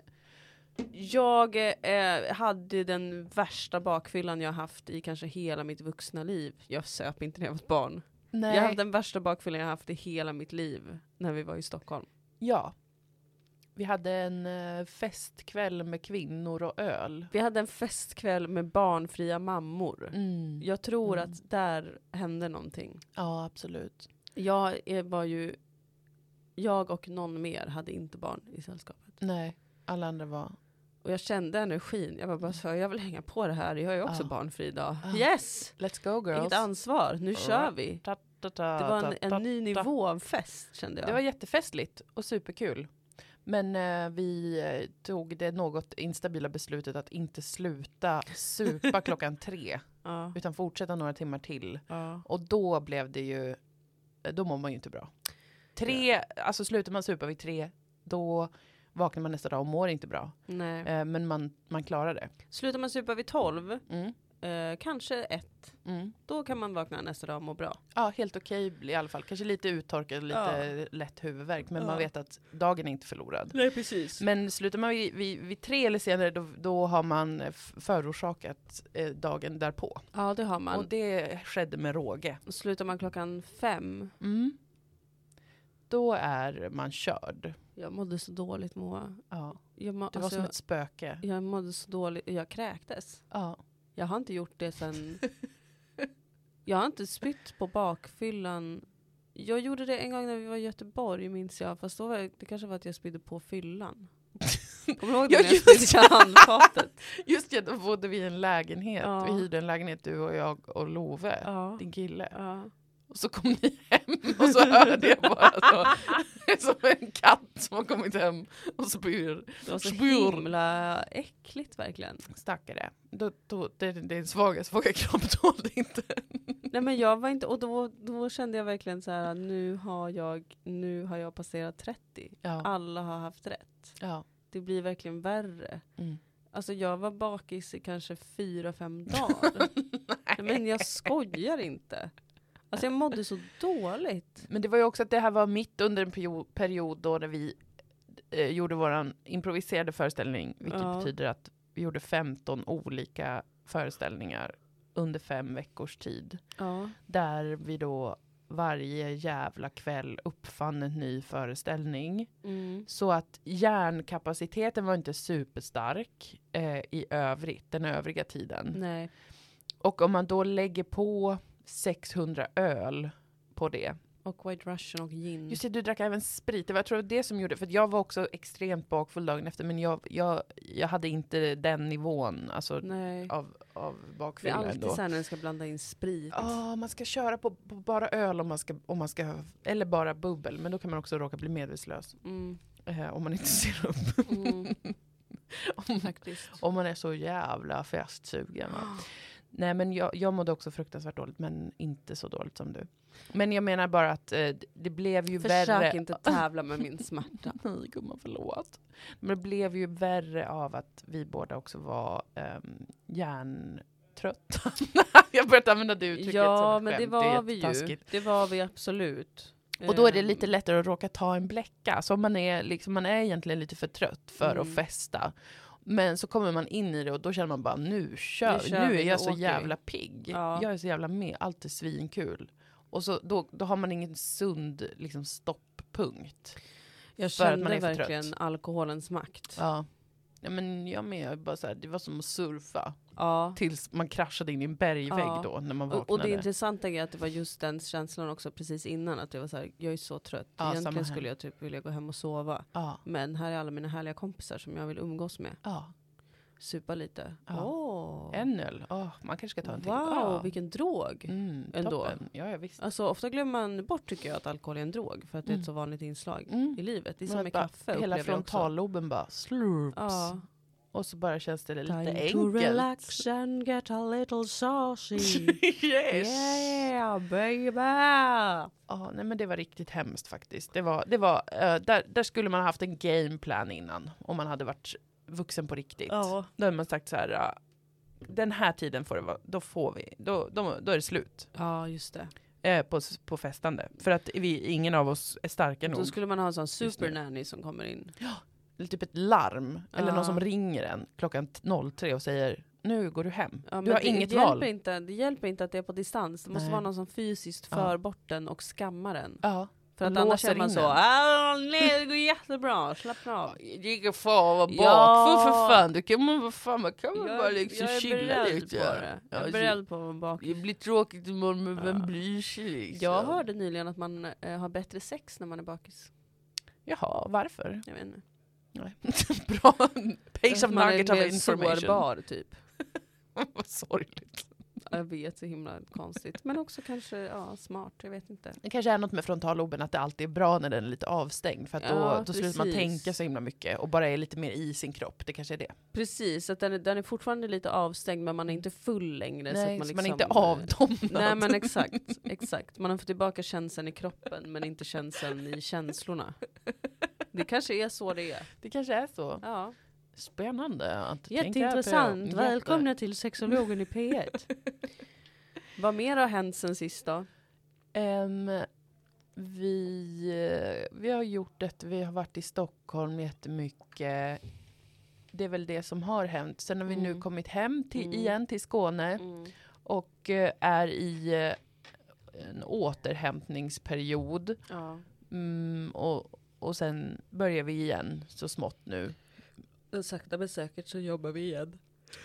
A: jag eh, hade den värsta bakfyllan jag haft i kanske hela mitt vuxna liv. Jag söp inte när jag var ett barn.
C: Nej.
A: Jag hade den värsta bakfyllan jag haft i hela mitt liv när vi var i Stockholm.
C: Ja. Vi hade en eh, festkväll med kvinnor och öl.
A: Vi hade en festkväll med barnfria mammor.
C: Mm. Ja.
A: Jag tror
C: Mm.
A: att där hände någonting.
C: ja, absolut.
A: Jag är- var ju... Jag och någon mer hade inte barn i sällskapet.
C: Nej, alla andra var...
A: Och jag kände energin. Jag var bara så här, jag vill hänga på det här. Jag är också
C: Ja.
A: barnfri idag.
C: Ja.
A: Yes!
C: Let's go Ah. girls.
A: Inget ansvar. Nu kör vi.
C: Ta, ta,
A: Det
C: ta,
A: var
C: ta,
A: en,
C: ta,
A: en ny
C: ta.
A: nivå av fest kände jag.
C: Det var jättefestligt och superkul. Men eh, vi eh, tog det något instabila beslutet att inte sluta
A: (laughs)
C: supa klockan tre
A: ja.
C: utan fortsätta några timmar till.
A: Ja.
C: Och då blev det ju, eh, då mår man ju inte bra. Tre, alltså slutar man supa vid tre, då vaknar man nästa dag och mår inte bra.
A: Nej.
C: Eh, men man, man klarar det.
A: Slutar man supa vid 12,
C: Mm.
A: eh, kanske ett,
C: Mm.
A: då kan man vakna nästa dag och må bra.
C: Ja, helt okej i alla fall. Kanske lite uttorkad, lite lätt huvudvärk. Men
A: Ja.
C: man vet att dagen är inte förlorad.
A: Nej precis.
C: Men slutar man vid, vid, vid tre eller senare, då, då har man eh, f- förorsakat eh, dagen därpå.
A: Ja det har man.
C: Och det skedde med råge.
A: Och Slutar man klockan fem,
C: Mm. Då är man körd.
A: jag mådde så dåligt Moa.
C: Ja.
A: Jag, må,
C: Det var
A: alltså,
C: som ett spöke.
A: jag mådde så dåligt, jag kräktes.
C: Ja.
A: Jag har inte gjort det sen... jag har inte spytt på bakfyllan. Jag gjorde det en gång när vi var i Göteborg minns jag, fast då var jag, det kanske var att jag spydde på
C: (laughs)
A: fyllan. Kommer du ihåg det
C: Ja,
A: när jag
C: just
A: spydde i
C: det.
A: handfatet?
C: (laughs) Just det, då bodde vi i en lägenhet.
A: Ja.
C: Vi hyrde en lägenhet, du och jag och Love,
A: Ja.
C: din kille.
A: ja.
C: Och så kom ni hem (laughs) och så hörde jag bara så, som en katt som har kommit hem och spyr.
A: Det var så
C: Spyr.
A: himla äckligt verkligen.
C: Stackare. Då, då, det, det är en svaga, svaga kropp tålde inte.
A: Nej men jag var inte, och då, då kände jag verkligen så här, nu har jag, nu har jag passerat 30.
C: Ja.
A: Alla har haft rätt.
C: ja.
A: Det blir verkligen värre.
C: Mm.
A: Alltså jag var bakis i kanske fyra, (laughs) fem dagar. Nej, men jag skojar inte. Alltså jag mådde så dåligt.
C: Men det var ju också att det här var mitt under en perio- period då när vi eh, gjorde vår improviserade föreställning, vilket
A: Ja.
C: betyder att vi gjorde 15 olika föreställningar under fem veckors tid.
A: Ja.
C: Där vi då varje jävla kväll uppfann en ny föreställning.
A: Mm.
C: Så att hjärnkapaciteten var inte superstark eh, i övrigt, den övriga tiden.
A: Nej.
C: Och om man då lägger på 600 öl på det.
A: Och White Russian och gin.
C: Just det, du drack även sprit. Det var jag tror det var det som gjorde, för att jag var också extremt bakfull dagen efter, men jag, jag, jag hade inte den nivån alltså,
A: Nej.
C: av, av
A: Det är
C: bakfylla
A: alltid
C: ändå.
A: så här när den ska blanda in sprit.
C: Ja, man ska köra på, på bara öl om man, ska, om man ska, eller bara bubbel, men då kan man också råka bli medvetslös
A: Mm.
C: eh, om man inte (laughs) ser upp.
A: (laughs) Mm. Oh
C: Om-
A: Faktiskt. (gasps)
C: Om man är så jävla festsugen. Va? Nej men jag, jag mådde också fruktansvärt dåligt men inte så dåligt som du. Men jag menar bara att eh, det blev ju
A: Försök
C: värre.
A: inte tävla med min (laughs)
C: (laughs)
A: smärta.
C: Nej gumman förlåt. Men det blev ju värre av att vi båda också var um, hjärntrötta. (laughs) jag började använda det uttrycket som
A: Ja
C: ett
A: men det
C: skämt,
A: var vi ju.
C: jättetaskigt.
A: Det var vi absolut.
C: Och då är det
A: Ehm,
C: lite lättare att råka ta en bläcka. Så om man är, liksom, man är egentligen lite för trött för
A: Mm.
C: att festa. Men så kommer man in i det och då känner man bara nu kör,
A: Nu
C: nu,
A: kör vi,
C: är
A: nu
C: jag så
A: åker vi."
C: jävla pigg.
A: Ja.
C: Jag är så jävla med, allt är svinkul. Och så, då, då har man ingen sund liksom, stopppunkt.
A: Jag
C: för att
A: kände
C: man är för trött.
A: verkligen alkoholens makt.
C: Ja. Ja, men jag med, jag bara så här, det var som att surfa
A: Ja.
C: tills man kraschade in i en bergvägg
A: Ja.
C: då när man
A: Och,
C: vaknade.
A: och det intressanta är att det var just den känslan också precis innan. Att jag var så här, jag är så trött.
C: Ja, samma
A: Egentligen
C: här.
A: skulle jag typ vilja gå hem och sova.
C: ja.
A: Men här är alla mina härliga kompisar som jag vill umgås med.
C: Ja.
A: supa lite.
C: Ja.
A: Åh.
C: En öl, Åh, man kanske ska ta en till.
A: wow,
C: Ja.
A: vilken drog!
C: Mm,
A: ändå.
C: toppen. Ja, ja, visst.
A: Alltså ofta glömmer man bort tycker jag att alkohol är en drog för att det är ett så vanligt inslag
C: Mm.
A: i livet. Det är
C: Men
A: som med
C: bara
A: kaffe
C: Hela
A: upplever jag också.
C: frontalloben bara slurps.
A: Ja.
C: Och så bara känns det lite
A: Time to
C: enkelt.
A: relax and get a little saucy.
C: (laughs) yes!
A: yeah baby!
C: Ja, nej men det var riktigt hemskt faktiskt. Det var, det var, eh, där, där skulle man ha haft en gameplan innan om man hade varit vuxen på riktigt.
A: Ja.
C: Då hade man sagt så här, eh, den här tiden får det vara, då får vi, då, då, då är det slut
A: Ja just det.
C: eh, på, s- på festande. För att vi, ingen av oss är starka
A: Då
C: nog.
A: skulle man ha en sån
C: nu.
A: supernanny som kommer in.
C: Eller Typ ett larm, eller
A: Ja.
C: någon som ringer en klockan t- 03 och säger nu går du hem.
A: Ja,
C: du
A: men
C: har
A: det,
C: inget
A: det
C: val.
A: Hjälper inte, det hjälper inte att det är på distans. Det måste
C: Nej.
A: vara någon som fysiskt
C: Ja.
A: för bort den och skammar den.
C: Ja.
A: För att
C: Låser
A: annars är man
C: in
A: så,
C: den.
A: "Ah, nej det går jättebra, slappna av.
C: Det kan fan vara
A: Ja.
C: bakfull för fan, du kan man, vad fan, man kan väl
A: Jag,
C: bara liksom
A: jag är
C: chilla
A: beredd på
C: lite.
A: det.
C: Ja,
A: Jag är
C: så-
A: beredd på att vara bak.
C: Det blir tråkigt imorgon men
A: vem
C: bryr sig liksom?
A: Jag hörde nyligen att man eh, har bättre sex när man är bakis.
C: Jaha, varför?
A: Jag vet inte.
C: Nej. (laughs) Bra page of
A: Att man är
C: nugget of
A: mer
C: information.
A: sårbar typ. (laughs)
C: Vad sorgligt.
A: Jag vet, så himla konstigt. Men också kanske ja, smart, jag vet inte.
C: Det kanske är något med frontalloben att det alltid är bra när den är lite avstängd för att
A: Ja,
C: då, då slutar man
A: precis.
C: tänka så himla mycket och bara är lite mer i sin kropp. Det kanske är det.
A: Precis, att den är, den är fortfarande lite avstängd men man är inte full längre. så att man,
C: Mm. så
A: liksom,
C: man är inte avdomnad.
A: Nej
C: (laughs)
A: men exakt, exakt. Man har fått tillbaka känslan i kroppen men inte känslan i känslorna. Det kanske är så det är.
C: Det kanske är så.
A: Ja.
C: Spännande att tänka på.
A: Jätteintressant,
C: Jätte-
A: välkomna till sexologen i P1. Vad mer har hänt sen sist då?
C: Ehm, vi, eh, vi har gjort ett, vi har varit i Stockholm jättemycket. Det är väl det som har hänt. Sen har vi nu
A: Mm.
C: kommit hem till,
A: Mm.
C: igen till Skåne och eh, är i eh, en återhämtningsperiod.
A: Ja.
C: Mm, och, och sen börjar vi igen så smått nu.
A: Sakta men säkert så jobbar vi igen.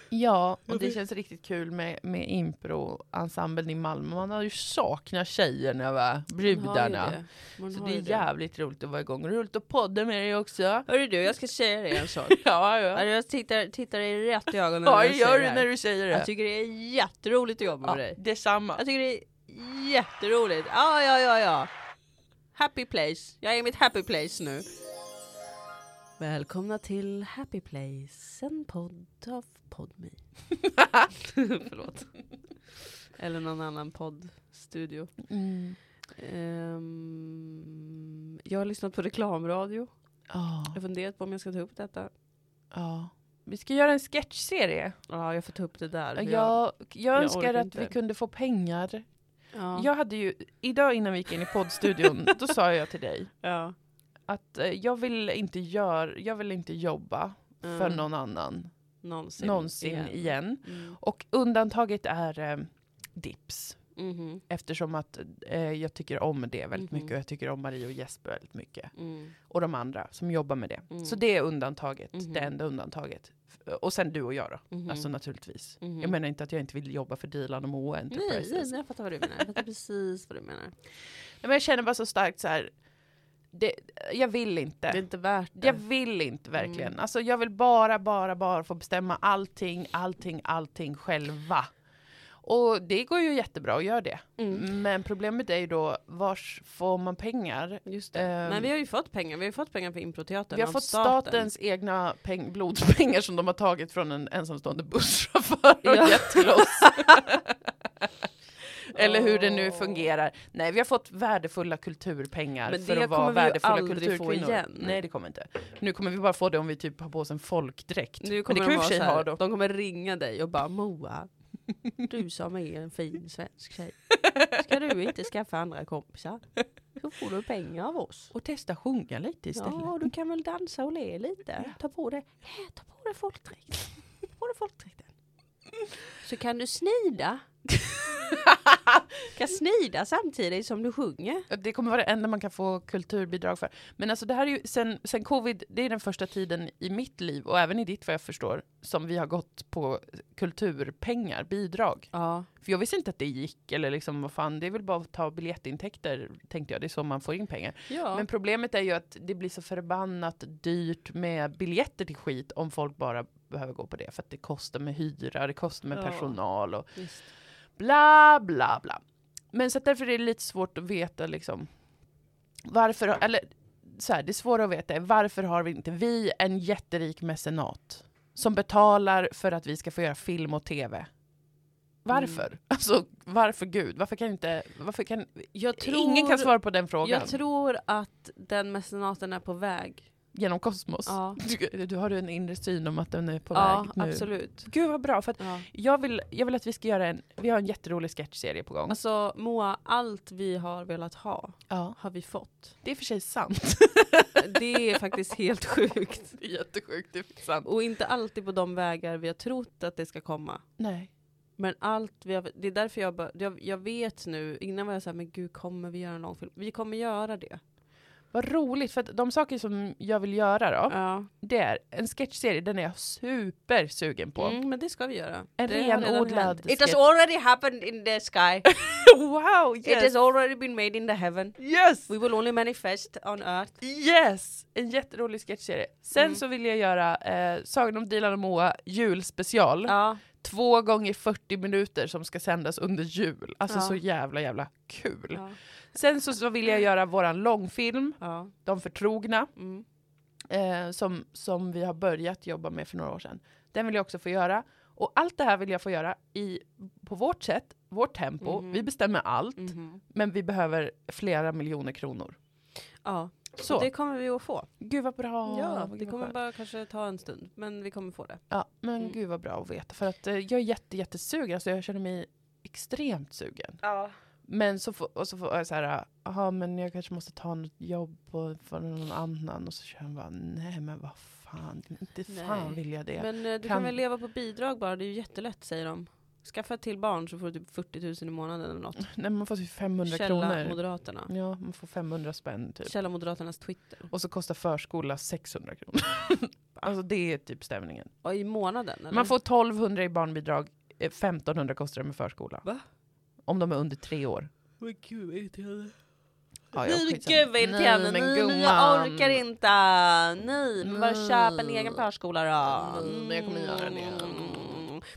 C: Ja, och det känns riktigt kul med, med improensemblen i Malmö. Man har ju saknat tjejerna, va? brudarna. Så det är jävligt roligt att vara igång. Roligt att podda med dig också. Ja,
A: Hörru du, jag ska säga dig en sak.
C: (laughs)
A: Alltså,
C: ja.
A: Jag tittar, tittar dig rätt i ögonen
C: Ja,
A: när
C: det
A: jag
C: gör
A: säger det
C: du när
A: här.
C: du säger det.
A: Jag tycker det är jätteroligt att jobba med
C: ja,
A: dig.
C: detsamma.
A: Jag tycker det är jätteroligt. Ja, ja, ja, ja. Happy place. Jag är i mitt happy place nu. Välkomna till Happy Place, en podd av
C: (laughs)
A: Podme. Förlåt. Eller någon annan poddstudio.
C: Mm.
A: Ehm, jag har lyssnat på reklamradio.
C: Ja,
A: Jag har funderat på om jag ska ta upp detta.
C: ja. Vi ska göra en sketchserie.
A: Ja, jag får ta upp det där. för
C: Jag,
A: jag-
C: jag,
A: jag
C: önskar
A: orkar
C: att
A: inte.
C: vi kunde få pengar.
A: ja.
C: Jag hade ju, idag innan vi gick in i
A: (laughs)
C: poddstudion, då sa jag till dig
A: ja.
C: att eh, jag vill inte, gör, jag vill inte jobba för
A: Mm.
C: någon annan
A: Någonsin.
C: någonsin igen.
A: Mm.
C: Och undantaget är eh, Dips.
A: Mhm.
C: Eftersom att eh, jag tycker om det väldigt
A: Mhm.
C: mycket och jag tycker om Marie och Jesper väldigt mycket.
A: Mm.
C: Och de andra som jobbar med det.
A: Mm.
C: Så det är undantaget,
A: Mhm.
C: det enda undantaget. F- Och sen du och jag då,
A: Mhm.
C: alltså naturligtvis.
A: Mhm.
C: Jag menar inte att jag inte vill jobba för Dilan och Moa
A: Nej,
C: Enterprises.
A: nej, nej, jag fattar vad du menar. Jag fattar precis vad du
C: (laughs)
A: menar.
C: Nej, Men jag känner bara så starkt så här, det, jag vill inte.
A: Det är inte värt det.
C: jag vill inte verkligen. Alltså jag vill bara, bara, bara få bestämma allting, allting, allting själva. Och det går ju jättebra att göra det.
A: mm.
C: Men problemet är ju då, vars får man pengar?
A: Just
C: Ehm,
A: Men vi har ju fått pengar. Vi har ju fått pengar för improteatern
C: Vi har
A: av
C: fått
A: staten.
C: statens egna peng, blodspengar som de har tagit från en ensamstående busschaufför och
A: Ja.
C: gett till oss. (laughs) Eller hur det nu fungerar. Nej, vi har fått värdefulla kulturpengar
A: Men
C: för
A: det
C: att vara
A: kommer vi ju
C: värdefulla
A: aldrig få
C: kulturkvinnor.
A: igen.
C: Nej, det kommer inte. Nu kommer vi bara få det om vi typ har på oss en folkdräkt.
A: Nu
C: Men
A: kommer
C: det kan vi i
A: de,
C: och
A: vara
C: för sig
A: så
C: ha
A: här,
C: då.
A: de kommer ringa dig och bara Moa, du som är en fin svensk tjej. Ska du inte skaffa andra kompisar? Så får du pengar av oss.
C: (laughs) Och testa sjunga lite istället. (laughs)
A: Ja, du kan väl dansa och le lite. Ta på dig, här, ta på dig folkdräkten. Ta på dig folkdräkten. Så kan du snida. kan snida samtidigt som du sjunger.
C: Ja, Det kommer vara det enda man kan få kulturbidrag för. Men alltså det här är ju sen, sen covid, det är den första tiden i mitt liv och även i ditt vad jag förstår som vi har gått på kulturpengar, bidrag.
A: Ja,
C: För jag visste inte att det gick eller liksom vad fan, det är väl bara att ta biljettintäkter tänkte jag, det är så man får in pengar.
A: ja.
C: Men problemet är ju att det blir så förbannat dyrt med biljetter till skit om folk bara behöver gå på det för att det kostar med hyra, det kostar med
A: Ja.
C: personal och
A: Visst.
C: bla bla bla. Men så att därför är det lite svårt att veta liksom varför, har- eller så här, det svåra att veta är varför har vi inte vi en jätterik mecenat som betalar för att vi ska få göra film och tv? Varför? Alltså varför gud? Varför kan inte, varför kan,
A: Jag tror,
C: ingen kan svara på den frågan
A: Jag tror att den mecenaten är på väg.
C: genom kosmos.
A: Ja,
C: (laughs) Du, du har en inre syn om att den är på
A: ja
C: väg nu.
A: absolut.
C: Gud vad bra, för att
A: Ja.
C: jag vill, jag vill att vi ska göra en, vi har en jätterolig sketchserie på gång.
A: Alltså Moa, allt vi har velat ha
C: ja.
A: har vi fått.
C: Det är för sig sant. (laughs)
A: Det är faktiskt helt sjukt.
C: Det är jättesjukt, det är sant.
A: Och inte alltid på de vägar vi har trott att det ska komma.
C: Nej.
A: Men allt vi har, det är därför jag, bara, jag, jag vet nu, innan var jag såhär, men gud kommer vi göra en långfilm? Vi kommer göra det.
C: Vad roligt, för att de saker som jag vill göra då,
A: Ja.
C: det är en sketchserie, den är jag supersugen på.
A: Mm, men det ska vi göra.
C: En
A: Det har redan
C: renodlad
A: hänt. It has
C: sketch.
A: already happened in the
C: (laughs)
A: sky.
C: (laughs) Wow,
A: It
C: yes!
A: has already been made in the heaven.
C: Yes!
A: We will only manifest on earth.
C: Yes! En jätterolig sketchserie. Sen
A: Mm.
C: så vill jag göra eh, Sagan om Dilan och Moa julspecial.
A: Ja,
C: Två gånger 40 minuter som ska sändas under jul. Alltså
A: Ja.
C: så jävla jävla kul.
A: ja,
C: Sen så, så vill jag göra våran långfilm,
A: ja.
C: De förtrogna,
A: Mm.
C: eh, som, som vi har börjat jobba med för några år sedan. Den vill jag också få göra. Och allt det här vill jag få göra i, på vårt sätt, vårt tempo.
A: Mhm.
C: Vi bestämmer allt,
A: mhm.
C: men vi behöver flera miljoner kronor.
A: ja.
C: Så,
A: det kommer vi att få.
C: gud vad bra!
A: ja,
C: vad
A: det
C: gud vad
A: kommer
C: skönt.
A: bara kanske ta en stund, men vi kommer få det.
C: Ja, men
A: Mm.
C: gud vad bra att veta. För att eh, jag är jätte, jättesugen, alltså jag känner mig extremt sugen.
A: Ja.
C: Men så får, och så får jag så här, jaha men jag kanske måste ta något jobb och för någon annan. Och så känner jag bara, nej men vad fan, inte fan
A: Nej.
C: vill jag det.
A: Men eh, du
C: Kan-
A: kan väl leva på bidrag bara, det är ju jättelätt säger de. Skaffa ett till barn så får du typ 40 000 i månaden eller något.
C: nej men man får typ 500
A: Källa
C: kronor.
A: Moderaterna.
C: Ja, man får 500 spänn typ.
A: Källa Moderaternas Twitter.
C: Och så kostar förskola 600
A: (laughs)
C: kronor. alltså det är typ stämningen.
A: Och I månaden eller?
C: Man får 1200 i barnbidrag, eh, 1500 kostar det med förskola.
A: Va?
C: Om de är under tre år.
A: Men gud vad irriterande.
C: Ja, ja,
A: Nej
C: skitsamma.
A: gud vad irriterande, nej,
C: Nej,
A: nej,
C: men
A: men jag
C: gumman.
A: orkar inte. Nej men bara
C: Nej.
A: köp en egen förskola då.
C: Nej, men jag kommer göra det.
A: Mm.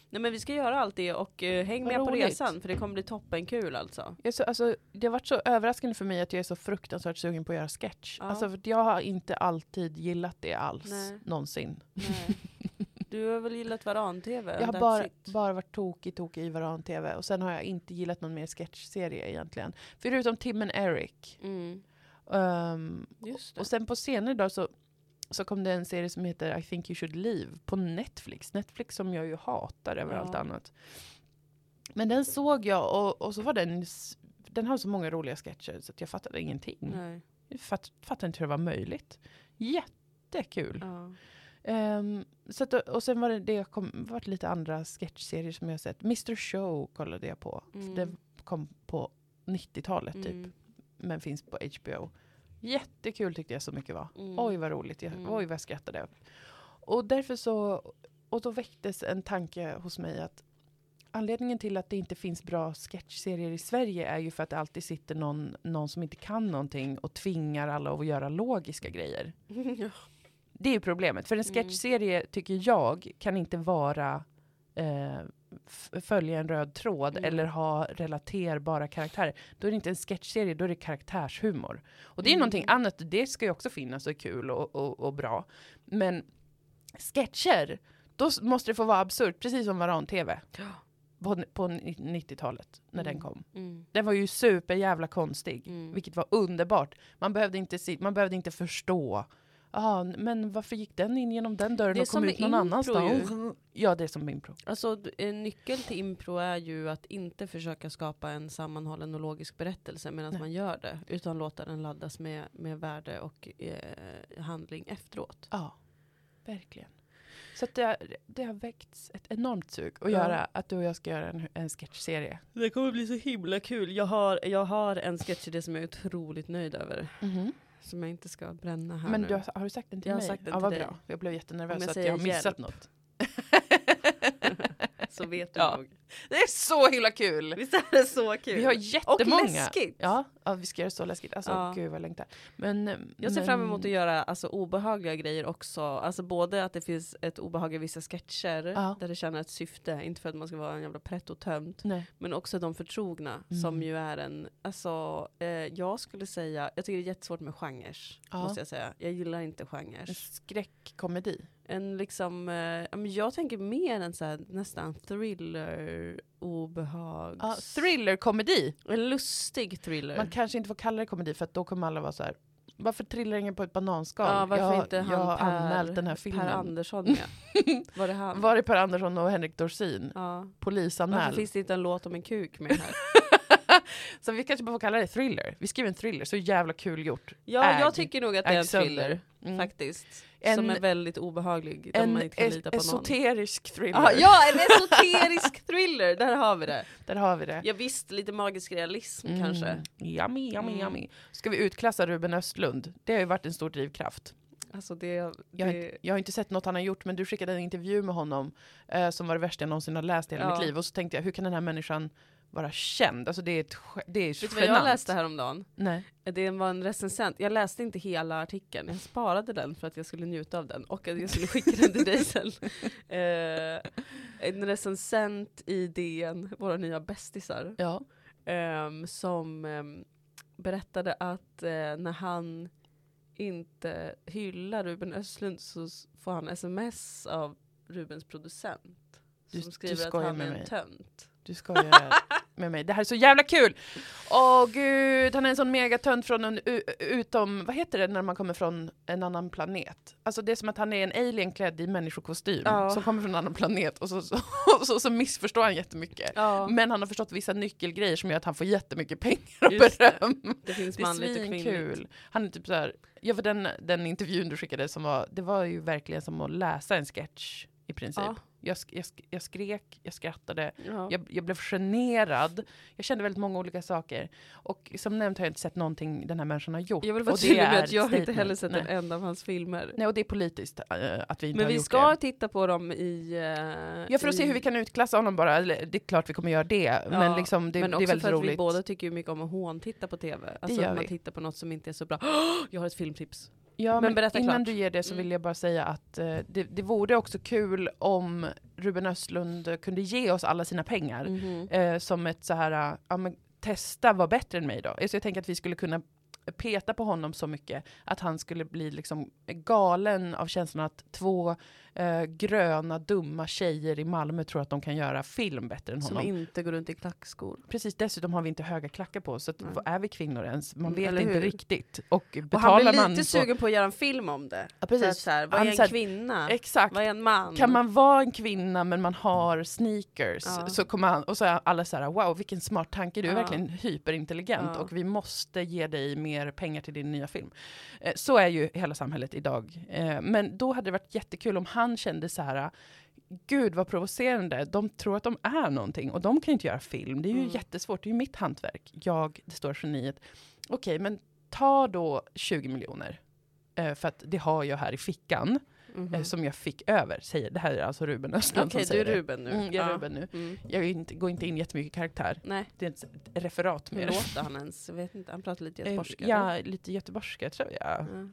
A: Nej men vi ska göra allt det och eh, häng
C: Vad
A: med på
C: roligt.
A: resan för det kommer bli toppenkul alltså.
C: Jag är så, alltså, det har varit så överraskande för mig att jag är så fruktansvärt sugen på att göra sketch.
A: Ja.
C: Alltså, för att jag har inte alltid gillat det alls,
A: Nej.
C: någonsin.
A: Nej. Du har väl gillat Varan-TV?
C: Jag har
A: That's
C: bara,
A: it.
C: bara varit tokig, tokig i Varan-TV och sen har jag inte gillat någon mer sketchserie egentligen. Förutom Tim and Eric.
A: Mm.
C: Ehm,
A: Just det.
C: och sen på senare dag så, så kom det en serie som heter I think you should leave på Netflix. Netflix som jag ju hatar över
A: Ja.
C: allt annat. Men den såg jag och, och så var den, s- den har så många roliga sketcher så att jag fattade ingenting.
A: Nej.
C: Jag fatt, fattar inte hur det var möjligt. Jättekul.
A: Ja.
C: Ehm, så att, och sen var det, det kom, varit lite andra sketchserier som jag sett. Mr Show kollade jag på. För
A: Mm.
C: Den kom på 90-talet typ,
A: Mm.
C: men finns på HBO. Jättekul tyckte jag så mycket var.
A: Mm.
C: Oj vad roligt, jag,
A: Mm.
C: oj vad jag skrattade. Och därför så, och då väcktes en tanke hos mig att anledningen till att det inte finns bra sketchserier i Sverige är ju för att det alltid sitter någon, någon som inte kan någonting och tvingar alla att göra logiska grejer.
A: Ja.
C: Det är ju problemet, för en
A: Mm.
C: sketchserie tycker jag kan inte vara eh, f- följa en röd tråd
A: Mm.
C: eller ha relaterbara karaktärer. Då är det inte en sketchserie, då är det karaktärshumor. Och det är
A: Mm.
C: någonting annat, det ska ju också finnas och är kul och, och, och bra. Men sketcher, då s- måste det få vara absurt, precis som Varan-TV.
A: (laughs) Ja.
C: På, på 90-talet, när den
A: Mm.
C: kom.
A: Mm.
C: Den var ju superjävla konstig,
A: Mm.
C: vilket var underbart. Man behövde inte, si- man behövde inte förstå. Ah, n- men varför gick den in genom den dörren
A: Det är
C: och kom
A: som
C: ut någon
A: med impro
C: annanstans? Ja, det är som med impro.
A: Alltså d- en nyckel till impro är ju att inte försöka skapa en sammanhållen och logisk berättelse medan
C: Nej.
A: man gör det. Utan låta den laddas med, med värde och eh, handling efteråt.
C: Ja, verkligen. Så att det, har- det har väckts ett enormt sug att
A: Ja.
C: göra att du och jag ska göra en, en sketchserie.
A: Det kommer bli så himla kul. Jag har, jag har en sketchidé som jag är otroligt nöjd över. Som jag inte ska bränna här
C: Mm-hmm. Men
A: nu.
C: du har, har du sagt den till
A: Jag har
C: mig?
A: sagt den
C: ja,
A: till
C: vad
A: dig.
C: bra. Jag blev jättenervös
A: Om jag
C: att jag
A: säger
C: har missat
A: hjälp.
C: något.
A: (laughs) Så (laughs) vet du
C: Ja.
A: nog.
C: Det är så himla kul!
A: Visst är det så kul?
C: Vi har
A: och
C: jättemånga.
A: läskigt!
C: Ja, Ja, vi ska göra det så läskigt. Alltså
A: Ja.
C: gud vad jag längtar. Men,
A: Jag ser
C: men,
A: fram emot att göra alltså, obehagliga grejer också. Alltså både att det finns ett obehag i vissa sketcher
C: Ja.
A: där det tjänar ett syfte, inte för att man ska vara en jävla pretto-tönt.
C: Nej.
A: Men också de förtrogna som
C: Mm.
A: ju är en, alltså eh, jag skulle säga, jag tycker det är jättesvårt med genrer.
C: Ja.
A: Måste jag säga. Jag gillar inte
C: En
A: genrer.
C: skräckkomedi.
A: En liksom, eh, ja, men jag tänker mer en så här, nästan thriller, obehags...
C: Ja, thrillerkomedi.
A: En lustig thriller.
C: Man kanske inte får kalla det komedi för att då kommer alla vara så här. Varför trillar ingen på ett bananskal?
A: Ja, varför
C: jag,
A: inte han
C: jag har
A: Per-
C: anmält den här
A: Per
C: (laughs) filmen.
A: Andersson med. Var det han?
C: Var är Per Andersson och Henrik Dorsin?
A: Ja. Varför
C: Polisanmäl.
A: Alltså, finns det inte en låt om en kuk med här?
C: Så vi kanske bara får kalla det thriller. Vi skriver en thriller, så jävla kul gjort.
A: (laughs) Ja,
C: Ägg.
A: jag tycker nog att det är typ en
C: Ägg sönder.
A: thriller
C: Mm.
A: faktiskt.
C: En-
A: som är väldigt obehaglig. där
C: En
A: man inte kan
C: es-
A: lita på någon.
C: esoterisk thriller.
A: Ah, ja, en esoterisk thriller! Där har vi det.
C: Där har vi det.
A: Ja, visst, lite magisk realism
C: Mm.
A: kanske.
C: Yummy, yummy,
A: Mm.
C: yummy. Ska vi utklassa Ruben Östlund? Det har ju varit en stor drivkraft.
A: Alltså det...
C: Jag har,
A: det-
C: inte, jag har inte sett något han har gjort, men du skickade en intervju med honom eh, som var det värsta jag någonsin har läst i hela
A: Ja.
C: mitt liv. Och så tänkte jag, hur kan den här människan vara känd? Alltså det är, ett, sk- det är
A: Vet du
C: genant.
A: vad jag läste häromdagen?
C: Nej.
A: Det var en recensent, jag läste inte hela artikeln, jag sparade den för att jag skulle njuta av den och att jag skulle skicka den till dig (laughs) sen. Eh, en recensent i DN, våra nya bästisar,
C: Ja.
A: ehm, som ehm, berättade att eh, när han inte hyllar Ruben Östlund så s- får han sms av Rubens producent.
C: Du-
A: som
C: du
A: skriver att
C: skojar
A: han
C: med
A: är en
C: mig.
A: tönt.
C: Du skojar med mig. Det här är så jävla kul! Åh gud, han är en sån megatönt från en u- utom... Vad heter det när man kommer från en annan planet? Alltså det är som att han är en alien klädd i människokostym
A: Ja.
C: som kommer från en annan planet och så, så, (laughs) och så, så missförstår han jättemycket.
A: Ja,
C: Men han har förstått vissa nyckelgrejer som gör att han får jättemycket pengar och
A: Just det.
C: beröm.
A: det finns
C: Det är
A: manligt och kvinnligt.
C: svinkul. Han är typ så här, ja för den, den intervjun du skickade som var, det var ju verkligen som att läsa en sketch i princip.
A: Ja.
C: Jag, sk- jag, sk- jag skrek, jag skrattade,
A: Ja.
C: jag, jag blev generad. Jag kände väldigt många olika saker. Och som nämnt har jag inte sett någonting den här människan har gjort.
A: Jag vill vara
C: Och det
A: tydlig med
C: är
A: att jag har inte
C: statement.
A: heller sett
C: Nej.
A: en enda av hans filmer.
C: Nej och det är politiskt eh, att vi inte
A: Men
C: har
A: vi
C: gjort
A: ska
C: det.
A: titta på dem i... eh,
C: Ja för att se
A: i-
C: hur vi kan utklassa honom bara, Eller, det är klart vi kommer göra det. men liksom det,
A: men
C: det
A: också
C: är väldigt
A: för att
C: roligt.
A: vi båda tycker ju mycket om att håntitta på tv. Alltså
C: gör
A: att man
C: vi.
A: tittar på något som inte är så bra. (gasps) jag har ett filmtips.
C: Ja,
A: Men
C: men
A: berätta
C: innan
A: klart. Mm.
C: du ger det så vill jag bara säga att eh, det, det vore också kul om Ruben Östlund kunde ge oss alla sina pengar
A: Mm.
C: eh, som ett så här, eh, ja, men, testa var bättre än mig då. Så jag tänker att vi skulle kunna peta på honom så mycket att han skulle bli liksom galen av känslan att två eh, gröna dumma tjejer i Malmö tror att de kan göra film bättre än
A: Som
C: honom.
A: inte går runt i klackskor.
C: Precis, dessutom har vi inte höga klackar på oss, så att,
A: Nej.
C: vad är vi kvinnor ens? Man
A: Mm,
C: vet
A: eller
C: inte
A: hur?
C: riktigt. Och
A: Och han
C: betalar
A: blir
C: man
A: lite
C: på...
A: sugen på att göra en film om det.
C: Ja,
A: För att
C: precis.
A: så här, vad
C: Han
A: är en
C: så här-
A: kvinna?
C: Exakt.
A: Vad är en man?
C: Kan man vara en kvinna men man har sneakers
A: Ja.
C: så kommer han, och så är alla så här wow vilken smart tanke du är
A: Ja.
C: verkligen hyperintelligent
A: Ja.
C: och vi måste ge dig mer pengar till din nya film. Eh, Så är ju hela samhället idag. Eh, Men då hade det varit jättekul om han kände så här Gud vad provocerande, de tror att de är någonting och de kan ju inte göra film. Det är ju
A: Mm.
C: jättesvårt, det är ju mitt hantverk. Jag, det står geniet. Okej, men ta då 20 miljoner. eh, För att det har jag här i fickan
A: Mhm.
C: eh, som jag fick över säger, det här är alltså Ruben Östlund
A: Okej,
C: som
A: du
C: säger
A: är Ruben nu.
C: det. Mm, jag är
A: Ja.
C: Ruben nu.
A: Mm.
C: Jag är inte, går inte in jättemycket i karaktär.
A: Nej,
C: Det är ett ett referat
A: hur
C: mer.
A: låter han ens? Jag vet inte, han pratar lite
C: Mm. Eh,
A: göteborgska.
C: Ja, lite göteborgska tror jag.
A: eller? Ja,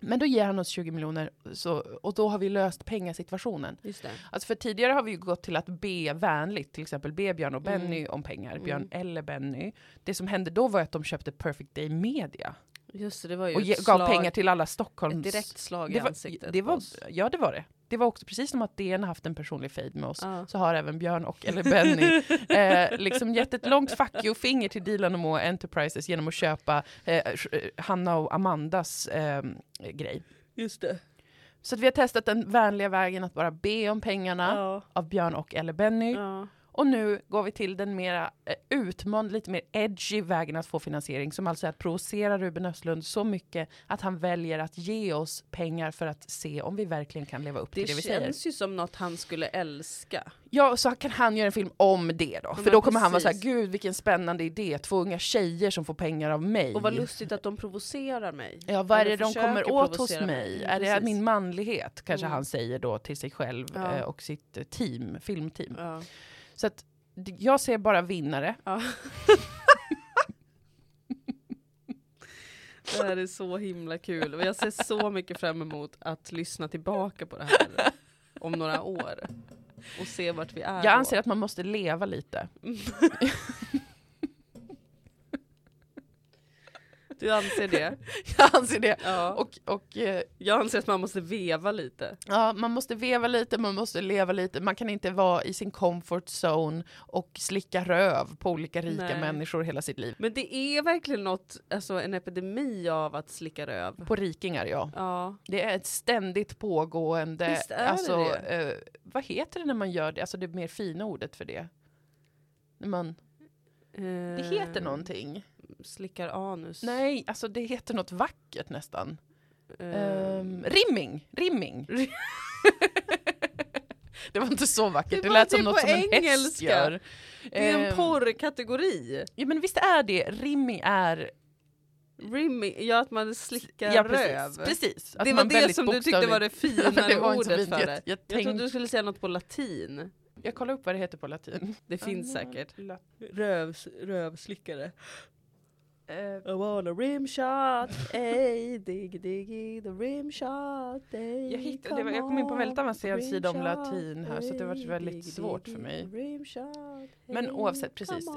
C: Men då ger han oss 20 miljoner så, och då har vi löst pengasituationen.
A: Just det.
C: Alltså för tidigare har vi ju gått till att be vänligt, till exempel be Björn och
A: Mm.
C: Benny om pengar,
A: Mm.
C: Björn eller Benny. Det som hände då var att de köpte Perfect Day Media
A: Just det, det var ju
C: och
A: ett
C: ge,
A: slag,
C: gav pengar till alla Stockholms...
A: ett direkt slag i
C: det var,
A: ansiktet
C: det
A: på
C: var,
A: oss.
C: Ja, det var det. Det var också precis som att DN har haft en personlig fejd med oss.
A: Ja.
C: så har även Björn och
A: (laughs)
C: eller Benny eh, liksom gett ett långt fuck you-finger till Dilan och Moa Enterprises genom att köpa eh, eh, Hanna och Amandas eh, grej.
A: Just det.
C: Så att vi har testat den vänliga vägen att bara be om pengarna
A: Ja.
C: av Björn och eller Benny.
A: Ja.
C: Och nu går vi till den mera eh, utmanande, lite mer edgy vägen att få finansiering som alltså är att provocera Ruben Östlund så mycket att han väljer att ge oss pengar för att se om vi verkligen kan leva upp
A: Det,
C: till det vi säger.
A: känns ju som något han skulle älska.
C: Ja, så kan han göra en film om det då. För
A: men
C: då kommer han vara så här,
A: precis.
C: gud vilken spännande idé, två unga tjejer som får pengar av mig.
A: Och vad lustigt att de provocerar mig.
C: Ja, vad är
A: Eller
C: det de
A: försöker
C: kommer åt hos
A: provocera
C: mig?
A: Ja,
C: Är det
A: precis.
C: min manlighet? Kanske
A: Mm.
C: han säger då till sig själv
A: Ja.
C: eh, och sitt eh, team, filmteam.
A: Ja.
C: Så att d- jag ser bara vinnare.
A: Ja. (laughs) Det här är så himla kul och jag ser så mycket fram emot att lyssna tillbaka på det här om några år och se vart vi är.
C: Jag anser att man måste
A: (laughs)
C: leva lite.
A: då. Du anser det?
C: Jag anser det.
A: Ja.
C: (laughs) Och, och eh,
A: Jag anser att man måste veva lite.
C: ja, man måste veva lite, man måste leva lite. Man kan inte vara i sin comfort zone och slicka röv på olika rika
A: Nej.
C: människor hela sitt liv.
A: Men det är verkligen något, alltså en epidemi av att slicka röv.
C: På rikingar, ja.
A: Ja,
C: Det är ett ständigt pågående...
A: Visst är det
C: alltså,
A: det?
C: Eh, vad heter det när man gör det? Alltså det mer fina ordet för det. När man, det
A: Eh.
C: heter någonting.
A: Slickar anus.
C: Nej, alltså det heter något vackert nästan.
A: Eh,
C: Ehm, rimming!
A: (laughs)
C: Rimming! det var inte så vackert,
A: Det
C: det,
A: var-
C: lät
A: det är
C: som något
A: på
C: som en häst
A: engelska.
C: gör.
A: det är en
C: Ehm,
A: porrkategori.
C: Ja men visst är det, rimming
A: (laughs)
C: är...
A: Rimming, ja att man slickar
C: ja
A: röv.
C: precis, precis. Att
A: det var
C: man
A: det
C: väldigt
A: som du tyckte (laughs)
C: bokstavligt-
A: var det
C: Ja, men
A: finare
C: det var inte så
A: ordet
C: fint.
A: för
C: Jag,
A: det.
C: jag,
A: Jag trodde
C: tänkte,
A: du skulle säga något på latin.
C: jag kollar upp vad det heter på latin. Mm.
A: Det finns säkert.
C: La-
A: Ah. Rövs, rövslickare.
C: eh,
A: I want a rim shot, ey, diggy diggy, the rim shot, ey,
C: Jag, hittade, det var, jag kom in på en väldigt avancerad sida om latin här så att det var väldigt svårt för mig. Men oavsett, precis.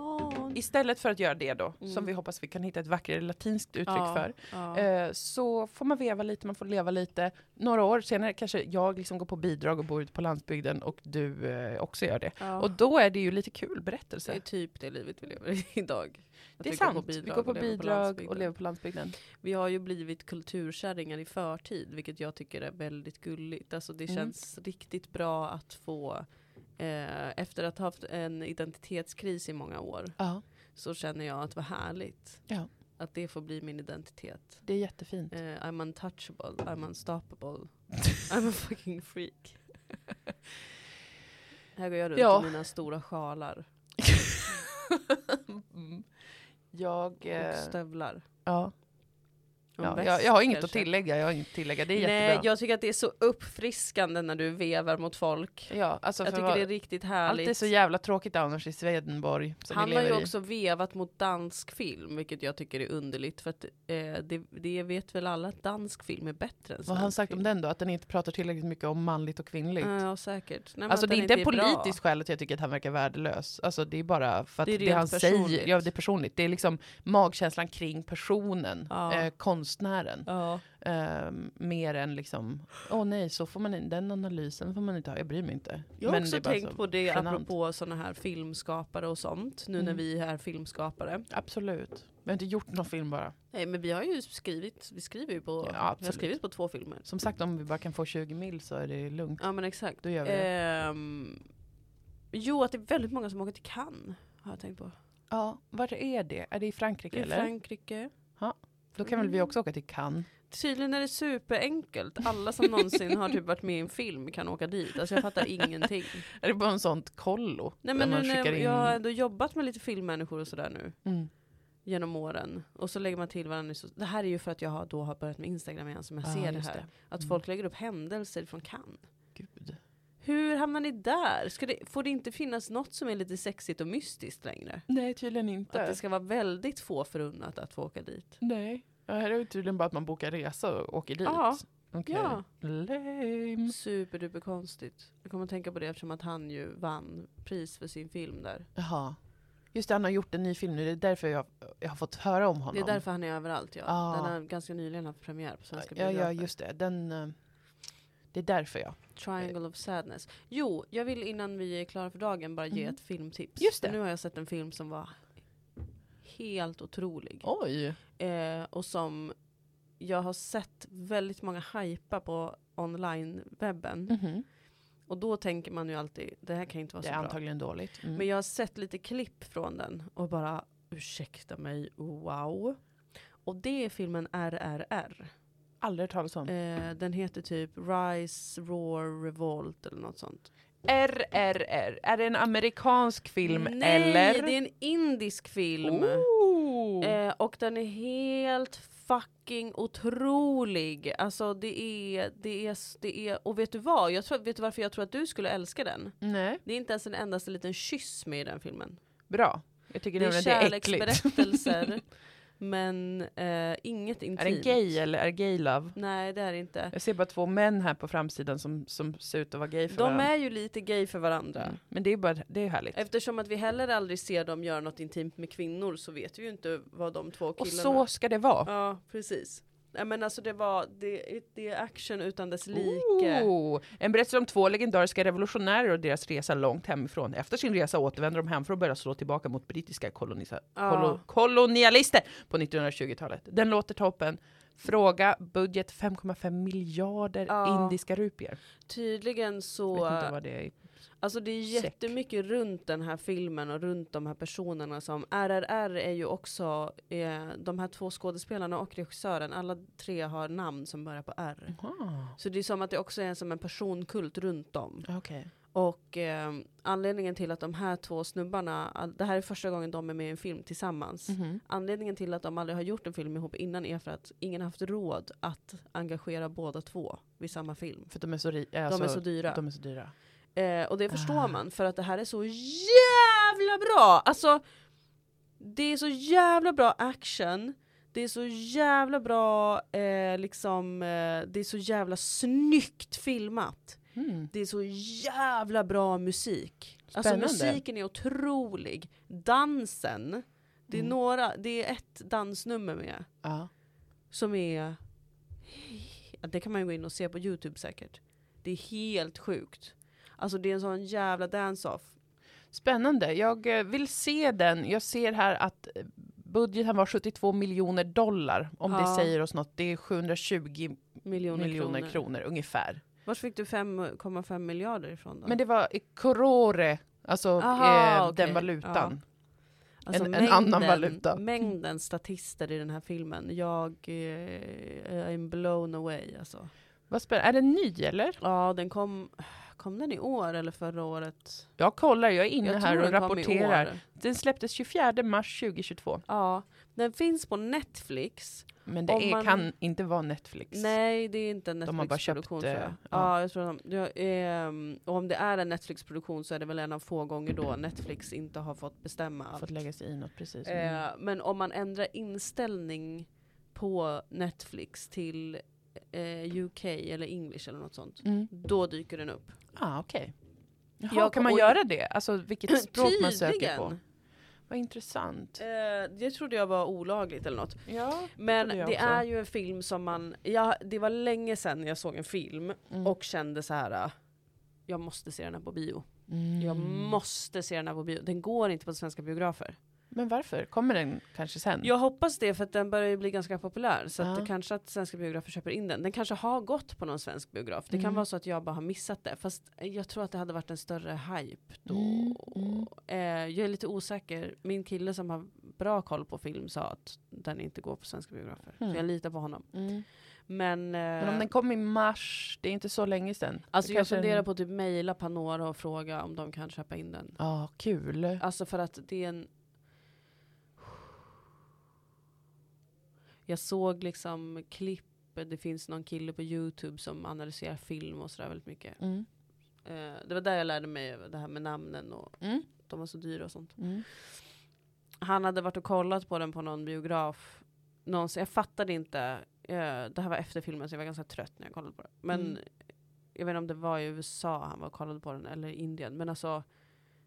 C: Istället för att göra det då,
A: Mm.
C: som vi hoppas vi kan hitta ett vackrare latinskt uttryck för,
A: Ja.
C: eh, så får man veva lite, man får leva lite. Några år senare kanske jag liksom går på bidrag och bor ute på landsbygden och du eh, också gör det.
A: Ja.
C: Och då är det ju lite kul berättelse.
A: det är typ det livet vi lever i idag. Att
C: det är
A: vi
C: sant,
A: Går på
C: vi
A: bidrag
C: går på
A: och lever på
C: bidrag och
A: landsbygden.
C: lever på landsbygden.
A: Vi har ju blivit kulturkärringar i förtid, vilket jag tycker är väldigt gulligt. Alltså det
C: Mm.
A: känns riktigt bra att få, eh, efter att ha haft en identitetskris i många år,
C: Ja,
A: så känner jag att vad härligt.
C: Ja.
A: Att det får bli min identitet.
C: det är jättefint.
A: Eh, I'm untouchable, I'm
C: (laughs)
A: unstoppable, I'm a fucking freak. Här går jag runt
C: Ja.
A: i mina stora
C: (laughs)
A: sjalar
C: Mm. Jag, eh,
A: och stövlar.
C: ja,
A: Och
C: ja,
A: väst
C: jag, jag har inget att
A: kanske.
C: tillägga, jag har inget att tillägga, det är
A: Nej,
C: jättebra.
A: jag tycker att det är så uppfriskande när du vevar mot folk.
C: Ja, alltså
A: Jag
C: för
A: tycker
C: vad-
A: det är riktigt
C: Allt
A: härligt.
C: är så jävla tråkigt annars i Swedenborg. Som
A: han
C: vi
A: har
C: lever
A: ju
C: i.
A: också vevat mot dansk film, vilket jag tycker är underligt. För att eh, det, det vet väl alla att dansk film är bättre än
C: Vad har han sagt om
A: det?
C: den då? Att den inte pratar tillräckligt mycket om manligt och kvinnligt?
A: Ja, säkert. Nej, men
C: alltså
A: att
C: det är
A: den
C: inte
A: bra.
C: politiskt skäl att jag tycker att han verkar värdelös. Alltså det är bara för att
A: Det är
C: det,
A: rent
C: han
A: personligt.
C: säger, ja det är personligt. Det är liksom magkänslan kring personen,
A: Ja.
C: eh, konstnären.
A: Ja.
C: Eh, mer än liksom, åh nej så får man in, den analysen får man inte ha, jag bryr mig inte.
A: Jag har
C: Men
A: också
C: det är bara
A: tänkt
C: så
A: på det
C: genant.
A: apropå sådana här filmskapare och sånt, nu när
C: Mm.
A: vi är filmskapare.
C: Absolut. Vi har inte gjort någon film bara.
A: Nej men vi har ju skrivit, vi skriver ju på,
C: Ja,
A: vi har
C: absolut.
A: skrivit på två filmer.
C: Som sagt om vi bara kan få 20 mil så är det lugnt.
A: Ja men exakt.
C: Då gör vi det.
A: Ehm, jo att det är väldigt många som åker till Cannes, har jag tänkt på.
C: Ja, var är det? Är det i Frankrike
A: I Mm.
C: eller?
A: Frankrike.
C: Då kan väl vi också åka till Cannes?
A: Tydligen är det superenkelt. Alla som någonsin har typ varit med i en film kan åka dit. Alltså jag fattar ingenting.
C: Är det bara en sånt kollo?
A: Nej
C: där
A: men nu
C: man
A: när
C: skickar
A: jag,
C: in...
A: jag har ändå jobbat med lite filmmänniskor och sådär nu.
C: Mm.
A: Genom åren. Och så lägger man till varandra. i so- Det här är ju för att jag har, då har börjat med Instagram igen som jag
C: Ja,
A: ser det
C: Ah, just
A: här.
C: det.
A: Att
C: Mm.
A: folk lägger upp händelser från Cannes.
C: Gud.
A: Hur hamnar ni där? Ska det, får det inte finnas något som är lite sexigt och mystiskt längre?
C: Nej, tydligen inte.
A: Att det ska vara väldigt få förunnat att få åka dit.
C: Nej. Ja, här är det tydligen bara att man bokar resa och åker dit.
A: Ja.
C: Okej.
A: Ja.
C: Lame.
A: Superduper konstigt. Jag kommer att tänka på det eftersom att han ju vann pris för sin film där.
C: Jaha. Just det, han har gjort en ny film nu. Det är därför jag, jag har fått höra om
A: Det
C: honom.
A: är därför han är överallt ja.
C: Ja.
A: Den har ganska nyligen haft premiär på svenska
C: Ah. Ja, ja,
A: biografer.
C: just det. Den, eh, det är därför jag.
A: Triangle of sadness. Jo, jag vill innan vi är klara för dagen bara ge
C: Mm.
A: ett filmtips.
C: Just det.
A: För Nu har jag sett en film som var helt otrolig.
C: Oj.
A: Eh, och som jag har sett väldigt många hypa på online-webben.
C: Mhm.
A: Och då tänker man ju alltid, det här kan ju inte vara
C: Det
A: så
C: är
A: bra.
C: antagligen dåligt. Mm.
A: Men jag har sett lite klipp från den och bara ursäkta mig, wow. Och det är filmen RRR.
C: Aldrig hört talas om.
A: Eh, den heter typ Rise, Roar, Revolt eller något sånt.
C: RRR. Är det en amerikansk film
A: Nej,
C: eller? Oh.
A: det är en indisk film.
C: Ooh.
A: Eh, och den är helt fucking otrolig. Alltså det är, det är, det är, och vet du vad? Jag tror, vet du varför jag tror att du skulle älska den?
C: Nej.
A: Det är inte ens en endaste liten kyss med i den filmen.
C: Bra. Jag tycker
A: Det är
C: nämligen det är äckligt.
A: kärleksberättelser. Men eh, inget
C: (laughs) Är det
A: intimt.
C: gay eller är det gay love?
A: Nej det är det inte.
C: Jag ser bara två män här på framsidan som, som ser ut att vara gay för
A: De
C: varandra.
A: är ju lite gay för varandra.
C: Mm. Men det är ju bara, det är ju härligt.
A: Eftersom att vi heller aldrig ser dem göra något intimt med kvinnor så vet vi ju inte vad de två
C: Och
A: killarna...
C: så ska det vara.
A: Ja, precis. Nej men alltså det var, det, det är action utan dess like.
C: Ooh. Oh! En berättelse om två legendariska revolutionärer och deras resa långt hemifrån. Efter sin resa återvänder de hem för att börja slå tillbaka mot brittiska kolonisa-
A: Ja.
C: kolo- kolonialister på 1920-talet. Den låter toppen. Fråga budget 5,5 miljarder
A: Ja.
C: indiska rupier.
A: Tydligen
C: Jag
A: så,
C: vet inte vad det är.
A: alltså det är
C: Check.
A: jättemycket runt den här filmen och runt de här personerna som, RRR är ju också, eh, de här två skådespelarna och regissören, alla tre har namn som börjar på
C: Mm.
A: R.
C: Ah.
A: Så det är som att det också är som en personkult runt dem.
C: Okej.
A: Och eh, anledningen till att de här två snubbarna, all- det här är första gången de är med i en film tillsammans.
C: Mm. Mhm.
A: Anledningen till att de aldrig har gjort en film ihop innan är för att ingen har haft råd att engagera båda två vid samma film.
C: För att de är så, ri-
A: De
C: alltså,
A: är så dyra.
C: De är så dyra.
A: Eh, och det förstår
C: Ah.
A: man för att det här är så jävla bra! Alltså, det är så jävla bra action, det är så jävla bra, eh, liksom, eh, det är så jävla snyggt filmat.
C: Mm.
A: Det är så jävla bra musik. Alltså
C: Spännande.
A: musiken är otrolig. Dansen. Det är,
C: Mm.
A: några, det är ett dansnummer med
C: Ja.
A: som är... Ja, Det kan man ju gå in och se på Youtube säkert. Det är helt sjukt. Alltså det är en sån jävla dance-off.
C: Spännande. Jag eh, vill se den. Jag ser här att eh, budgeten var 72 miljoner dollar. Om
A: Ja.
C: det säger oss något. Det är 720
A: Miljoner,
C: miljoner
A: kronor.
C: kronor. ungefär.
A: Var fick du 5,5 miljarder ifrån då?
C: Men det var i korore, alltså
A: Aha,
C: eh,
A: okej.
C: den valutan.
A: Alltså
C: en- en annan valuta.
A: Mängden statister i den här filmen. Jag eh, I'm blown away alltså.
C: Vad spännande. Är den ny eller?
A: Ja, den kom, kom den i år eller förra året?
C: Jag kollar, jag är inne
A: Jag
C: här
A: tror
C: och
A: den kom i
C: rapporterar.
A: år.
C: Den släpptes 24 mars 2022.
A: Ja, den finns på Netflix.
C: Men det
A: Om
C: är,
A: man-
C: kan inte vara Netflix.
A: Nej, det är inte en
C: De har bara köpt,
A: Netflix-produktion tror jag.
C: eh,
A: Ja.
C: ja.
A: jag tror de, ja, ehm, och om det är en Netflix-produktion så är det väl en av få gånger då Netflix inte har fått bestämma allt.
C: Fått lägga sig i något precis. Mm.
A: Eh, men om man ändrar inställning på Netflix till eh, UK eller English eller något sånt,
C: Mm.
A: då dyker den upp.
C: Ah, okej. Jaha,
A: Jag
C: kan
A: kom-
C: man
A: och-
C: göra det? Alltså
A: (clears throat)
C: vilket språk man söker
A: Tydligen.
C: på? Vad intressant.
A: Eh, det trodde jag var olagligt eller något.
C: Ja.
A: Men
C: trodde jag
A: det
C: också.
A: är ju en film som man, ja, det var länge sedan jag såg en film
C: Mm.
A: och kände så här. äh, Jag måste se den här på bio.
C: Mm.
A: Jag måste se den här på bio. Den går inte på svenska biografer.
C: Men varför? Kommer den kanske sen?
A: Jag hoppas det för att den börjar ju bli ganska populär. Så att
C: Mm. Ja.
A: det kanske att svenska biografer köper in den. Den kanske har gått på någon svensk biograf. Det kan
C: Mm.
A: vara så att jag bara har missat det. Fast jag tror att det hade varit en större hype då.
C: Mm, mm.
A: Eh, jag är lite osäker. Min kille som har bra koll på film sa att den inte går på svenska biografer.
C: Mm.
A: Så jag litar på honom.
C: Mm.
A: Men, eh,
C: Men om den kom i mars, det är inte så länge sedan.
A: alltså
C: Det
A: jag
C: kanske är en-
A: funderar på att typ mejla Panora och fråga om de kan köpa in den.
C: Ja, kul.
A: Alltså för att det är en... Jag såg liksom klipp, det finns någon kille på Youtube som analyserar film och sådär väldigt mycket.
C: Mm.
A: Eh, det var där jag lärde mig det här med namnen och
C: Mm.
A: de var så dyra och sånt.
C: Mm.
A: Han hade varit och kollat på den på någon biograf. Någon, jag fattade inte. Eh, det här var efter filmen så jag var ganska trött när jag kollade på det. Men
C: Mm.
A: jag vet inte om det var i USA han var och kollade på den eller i Indien. Men alltså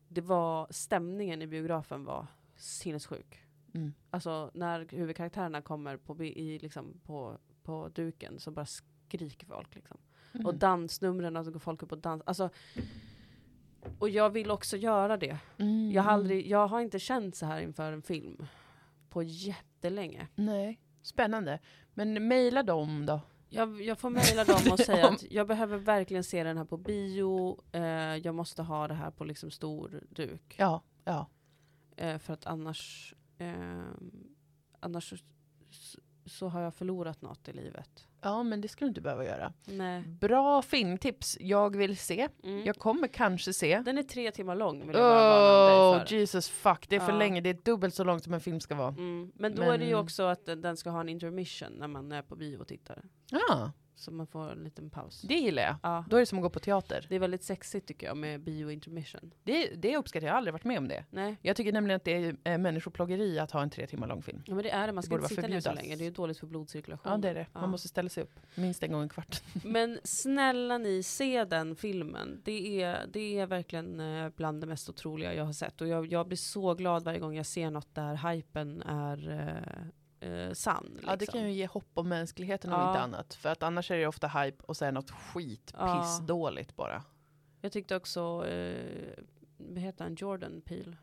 A: det var stämningen i biografen var sinnessjuk.
C: Mm.
A: Alltså när huvudkaraktärerna kommer på, bi- i, liksom, på, på duken så bara skriker folk liksom.
C: Mm.
A: Och dansnumren, alltså går folk upp och dansar. Alltså, och jag vill också göra det.
C: Mm,
A: Jag har,
C: mm.
A: aldrig, jag har inte känt så här inför en film på jättelänge.
C: Nej, spännande. Men mejla dem då.
A: Jag, jag får mejla dem (laughs) och säga att jag behöver verkligen se den här på bio. Eh, jag måste ha det här på liksom stor duk.
C: Ja, ja.
A: Eh, för att annars, eh, annars så, så- så har jag förlorat något i livet.
C: Ja, men det skulle du inte behöva göra.
A: Nej.
C: Bra filmtips. Jag vill se.
A: Mm.
C: Jag kommer kanske se.
A: Den är tre timmar lång vill jag bara varna
C: Oh,
A: dig för.
C: Jesus fuck. Det är för
A: Ja.
C: länge. Det är dubbelt så långt som en film ska vara.
A: Mm. Men då är det ju
C: Men-
A: också att den- den ska ha en intermission när man är på bio och tittar.
C: Ja,
A: Så man får en liten paus.
C: Det gillar jag.
A: Ja.
C: Då är det som att gå på teater.
A: Det är väldigt sexigt tycker jag med biointermission.
C: Det, det uppskattar jag, jag har aldrig varit med om det.
A: Nej,
C: Jag tycker nämligen att det är eh, människoplågeri att ha en tre timmar lång film.
A: ja, men det är det. Man
C: Det
A: ska
C: borde
A: inte
C: vara
A: sitta ner så
C: förbjudas.
A: länge. Det är ju dåligt för blodcirkulationen.
C: Ja det är det,
A: Ja.
C: man måste (laughs) ställa sig upp minst en gång i kvart. (laughs)
A: Men snälla ni, se den filmen. Det är, det är verkligen eh, bland det mest otroliga jag har sett. Och jag, jag blir så glad varje gång jag ser något där hypen är eh, eh, sann.
C: Ja det
A: liksom.
C: kan ju ge hopp om mänskligheten om
A: Ja.
C: inte annat. För att annars är det ju ofta hype och sen något skit,
A: Ja.
C: pissdåligt bara.
A: Jag tyckte också, eh, vad heter han, Jordan Peele.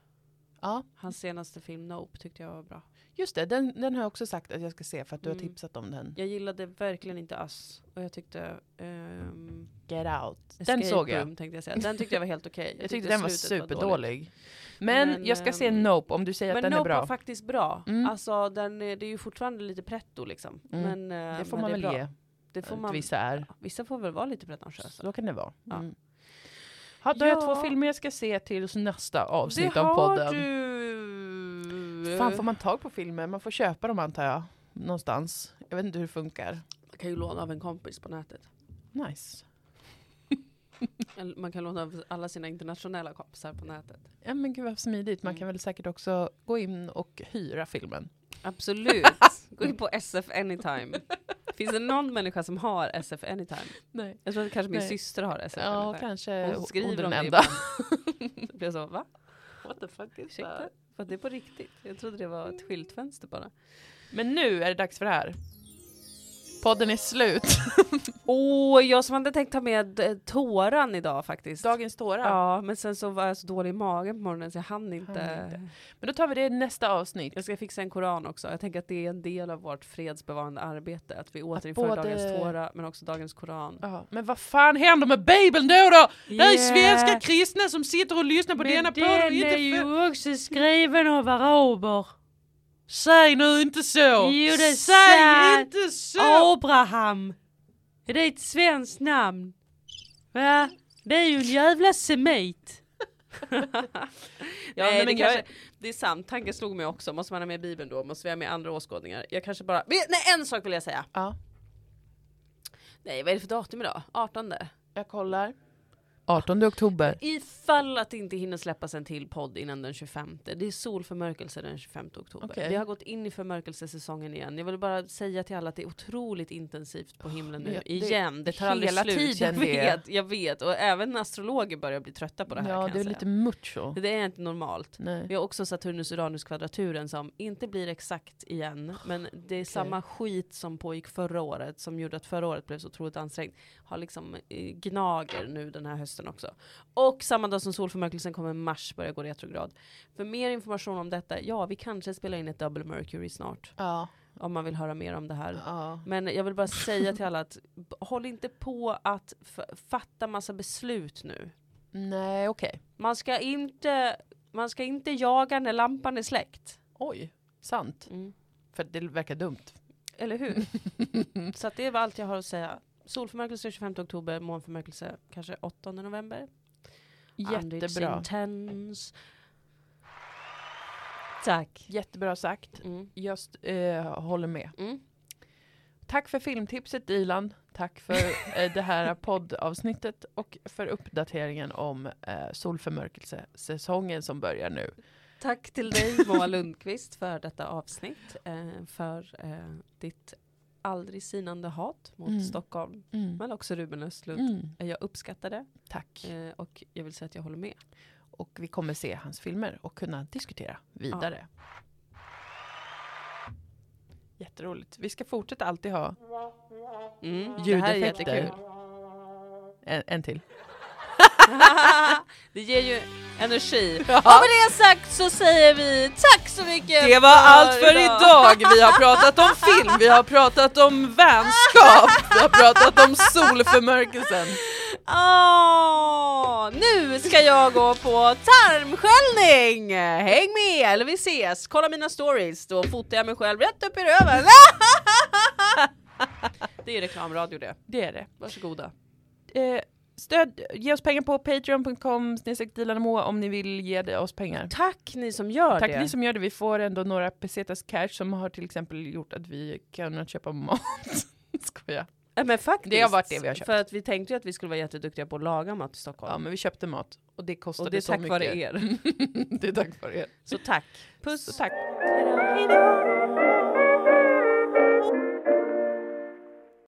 C: Ja,
A: Hans senaste film Nope tyckte jag var bra.
C: just det, den, den har jag också sagt att jag ska se för att du har
A: Mm.
C: tipsat om den.
A: Jag gillade verkligen inte Us. Och jag tyckte... ehm,
C: Get out. Den
A: Escape
C: såg jag.
A: Room, tänkte jag säga. Den tyckte jag var helt okej.
C: (laughs) Jag tyckte den var
A: slutet dåligt.
C: superdålig. Men,
A: Men,
C: jag ska se
A: ehm,
C: Nope om du säger att
A: Men
C: den
A: Nope
C: är bra.
A: var faktiskt bra.
C: Mm.
A: Alltså den, är- det är ju fortfarande lite pretto liksom.
C: Mm.
A: Men, eh,
C: det får
A: men
C: man
A: är
C: väl
A: bra.
C: ge. eh,
A: Det får man, vissa.
C: Vissa är.
A: vissa får väl vara lite
C: Så
A: pretentiösa.
C: då kan det vara.
A: Ja.
C: Mm. Ha, då har jag
A: Ja.
C: två filmer jag ska se till nästa
A: Det
C: avsnitt av
A: har
C: podden.
A: du!
C: Fan får man tag på filmer? Man får köpa dem antar jag. Någonstans. Jag vet inte hur det funkar.
A: Man kan ju låna av en kompis på nätet.
C: Nice.
A: Eller Man kan låna av alla sina internationella kompisar på nätet.
C: Ja men gud vad smidigt. Man
A: Mm.
C: kan väl säkert också gå in och hyra filmen.
A: Absolut. (laughs) Gå in på SF Anytime. Finns det någon människa som har SF Anytime?
C: Nej.
A: Jag tror att kanske min
C: Nej.
A: syster har SF
C: Ja
A: Anytime.
C: kanske
A: Hon skriver
C: hon
A: om
C: den
A: det
C: enda.
A: (laughs) Så blir jag så, va?
C: What the fuck is
A: Ursäkta? Mm. För att det är på riktigt. Jag trodde det var ett skyltfönster bara.
C: Men nu är det dags för det här. Podden är (laughs) slut.
A: Åh, jag som hade tänkt ta med eh, tåran idag faktiskt.
C: Dagens tårar.
A: Ja, men sen så var jag så dålig i magen på morgonen så jag hann inte.
C: Hann Men då tar vi det i nästa avsnitt.
A: Jag ska fixa en koran också. Jag tänker att det är en del av vårt fredsbevarande arbete. Att vi återinför
C: både-
A: dagens tåra men också dagens koran.
C: Ja, men vad fan händer med Bibeln då då? Det är ju
A: Yeah. (laughs)
C: svenska kristna som sitter och lyssnar på denna podd och inte för...
A: också skriven av araber.
C: Säg nu inte så!
A: Jo, det är
C: Säg
A: sant.
C: inte så!
A: Abraham! Är det ett svenskt namn? Va? Det är ju en jävla semit! ja,
C: Nej,
A: nej, men
C: men
A: det,
C: jag-
A: kanske, det är sant, tanken slog mig också. Måste man ha med Bibeln då? Måste vi ha med andra åskådningar? Jag kanske bara... Nej, en sak vill jag säga!
C: Ja,
A: Nej, vad är det för datum idag? 18?
C: jag kollar. 18 oktober.
A: Ifall att det inte hinner släppas en till podd innan den 25. Det är solförmörkelse den 25 oktober.
C: Okej.
A: Vi har gått in i förmörkelsesäsongen igen. Jag vill bara säga till alla att det är otroligt intensivt på himlen
C: men
A: nu.
C: jag- det-
A: igen, det tar aldrig
C: hela
A: slut.
C: tiden
A: jag
C: det.
A: vet, jag vet. Och även astrologer börjar bli trötta på det här
C: Ja,
A: kan
C: det är
A: jag säga.
C: lite mucho.
A: Det är inte normalt.
C: Nej.
A: Vi har också Saturnus-Uranus-kvadraturen som inte blir exakt igen, men det är samma skit som pågick förra året som gjorde att förra året blev så otroligt ansträngt. Har liksom eh, gnager nu den här hösten också. Och samma dag som solförmörkelsen kommer Mars börja gå retrograd. För mer information om detta, ja vi kanske spelar in ett double mercury snart.
C: Ja,
A: Om man vill höra mer om det här.
C: ja.
A: Men jag vill bara säga till alla att b- håll inte på att f- fatta massa beslut nu.
C: Nej, okej.
A: Man ska inte, man ska inte jaga när lampan är släckt.
C: Oj, sant.
A: Mm.
C: För det verkar dumt.
A: Eller hur?
C: (laughs)
A: så att det var allt jag har att säga. Solförmörkelse 25 oktober, månförmörkelse kanske 8 november. And it's
C: Jättebra.
A: intense. Tack.
C: Jättebra sagt.
A: Mm.
C: Jag eh, håller med.
A: Mm.
C: Tack för filmtipset Dilan. Tack för eh,
D: (laughs)
C: det här poddavsnittet och för uppdateringen om eh, solförmörkelsesäsongen som börjar nu.
A: Tack till (laughs) dig Moa Lundqvist för detta avsnitt. Eh, för eh, ditt aldrig sinande hat mot
C: Mm.
A: Stockholm. Men också Ruben Östlund.
C: Mm.
A: Eh, Jag uppskattar det
C: Tack.
A: eh, och jag vill säga att jag håller med.
C: Och vi kommer se hans filmer och kunna diskutera vidare. Jätteroligt. Vi ska fortsätta alltid ha
A: Mm, det här är
C: ljudeffekter.
A: jättekul.
C: En, en till.
A: det ger ju energi. Och med det sagt så säger vi tack så mycket
D: Det var allt för idag. Vi har pratat om film, vi har pratat om vänskap, vi har pratat om solförmörkelsen.
A: Åh, nu ska jag gå på tarmsköljning! Häng med, eller vi ses! Kolla mina stories, då fotar jag mig själv rätt upp i röven. (laughs) det är ju reklamradio det.
C: Det är det.
A: Varsågoda.
C: eh, stöd, ge oss pengar på patreon.com snedstreck Dilan och Moa om ni vill ge det- oss pengar.
A: Tack ni som gör
C: Tack
A: det.
C: ni som gör det, vi får ändå några pesetas cash som har till exempel gjort att vi kan köpa mat. (laughs) Skoja.
A: Nej, men faktiskt.
C: Det har varit det vi har köpt.
A: För att vi tänkte ju att vi skulle vara jätteduktiga på att laga mat i Stockholm.
C: Ja, men vi köpte mat och det kostade
A: och det är
C: så (laughs)
A: tack
C: mycket.
A: vare er.
C: det är tack vare er.
A: Så tack. Puss.
C: Så tack.
A: Hej då.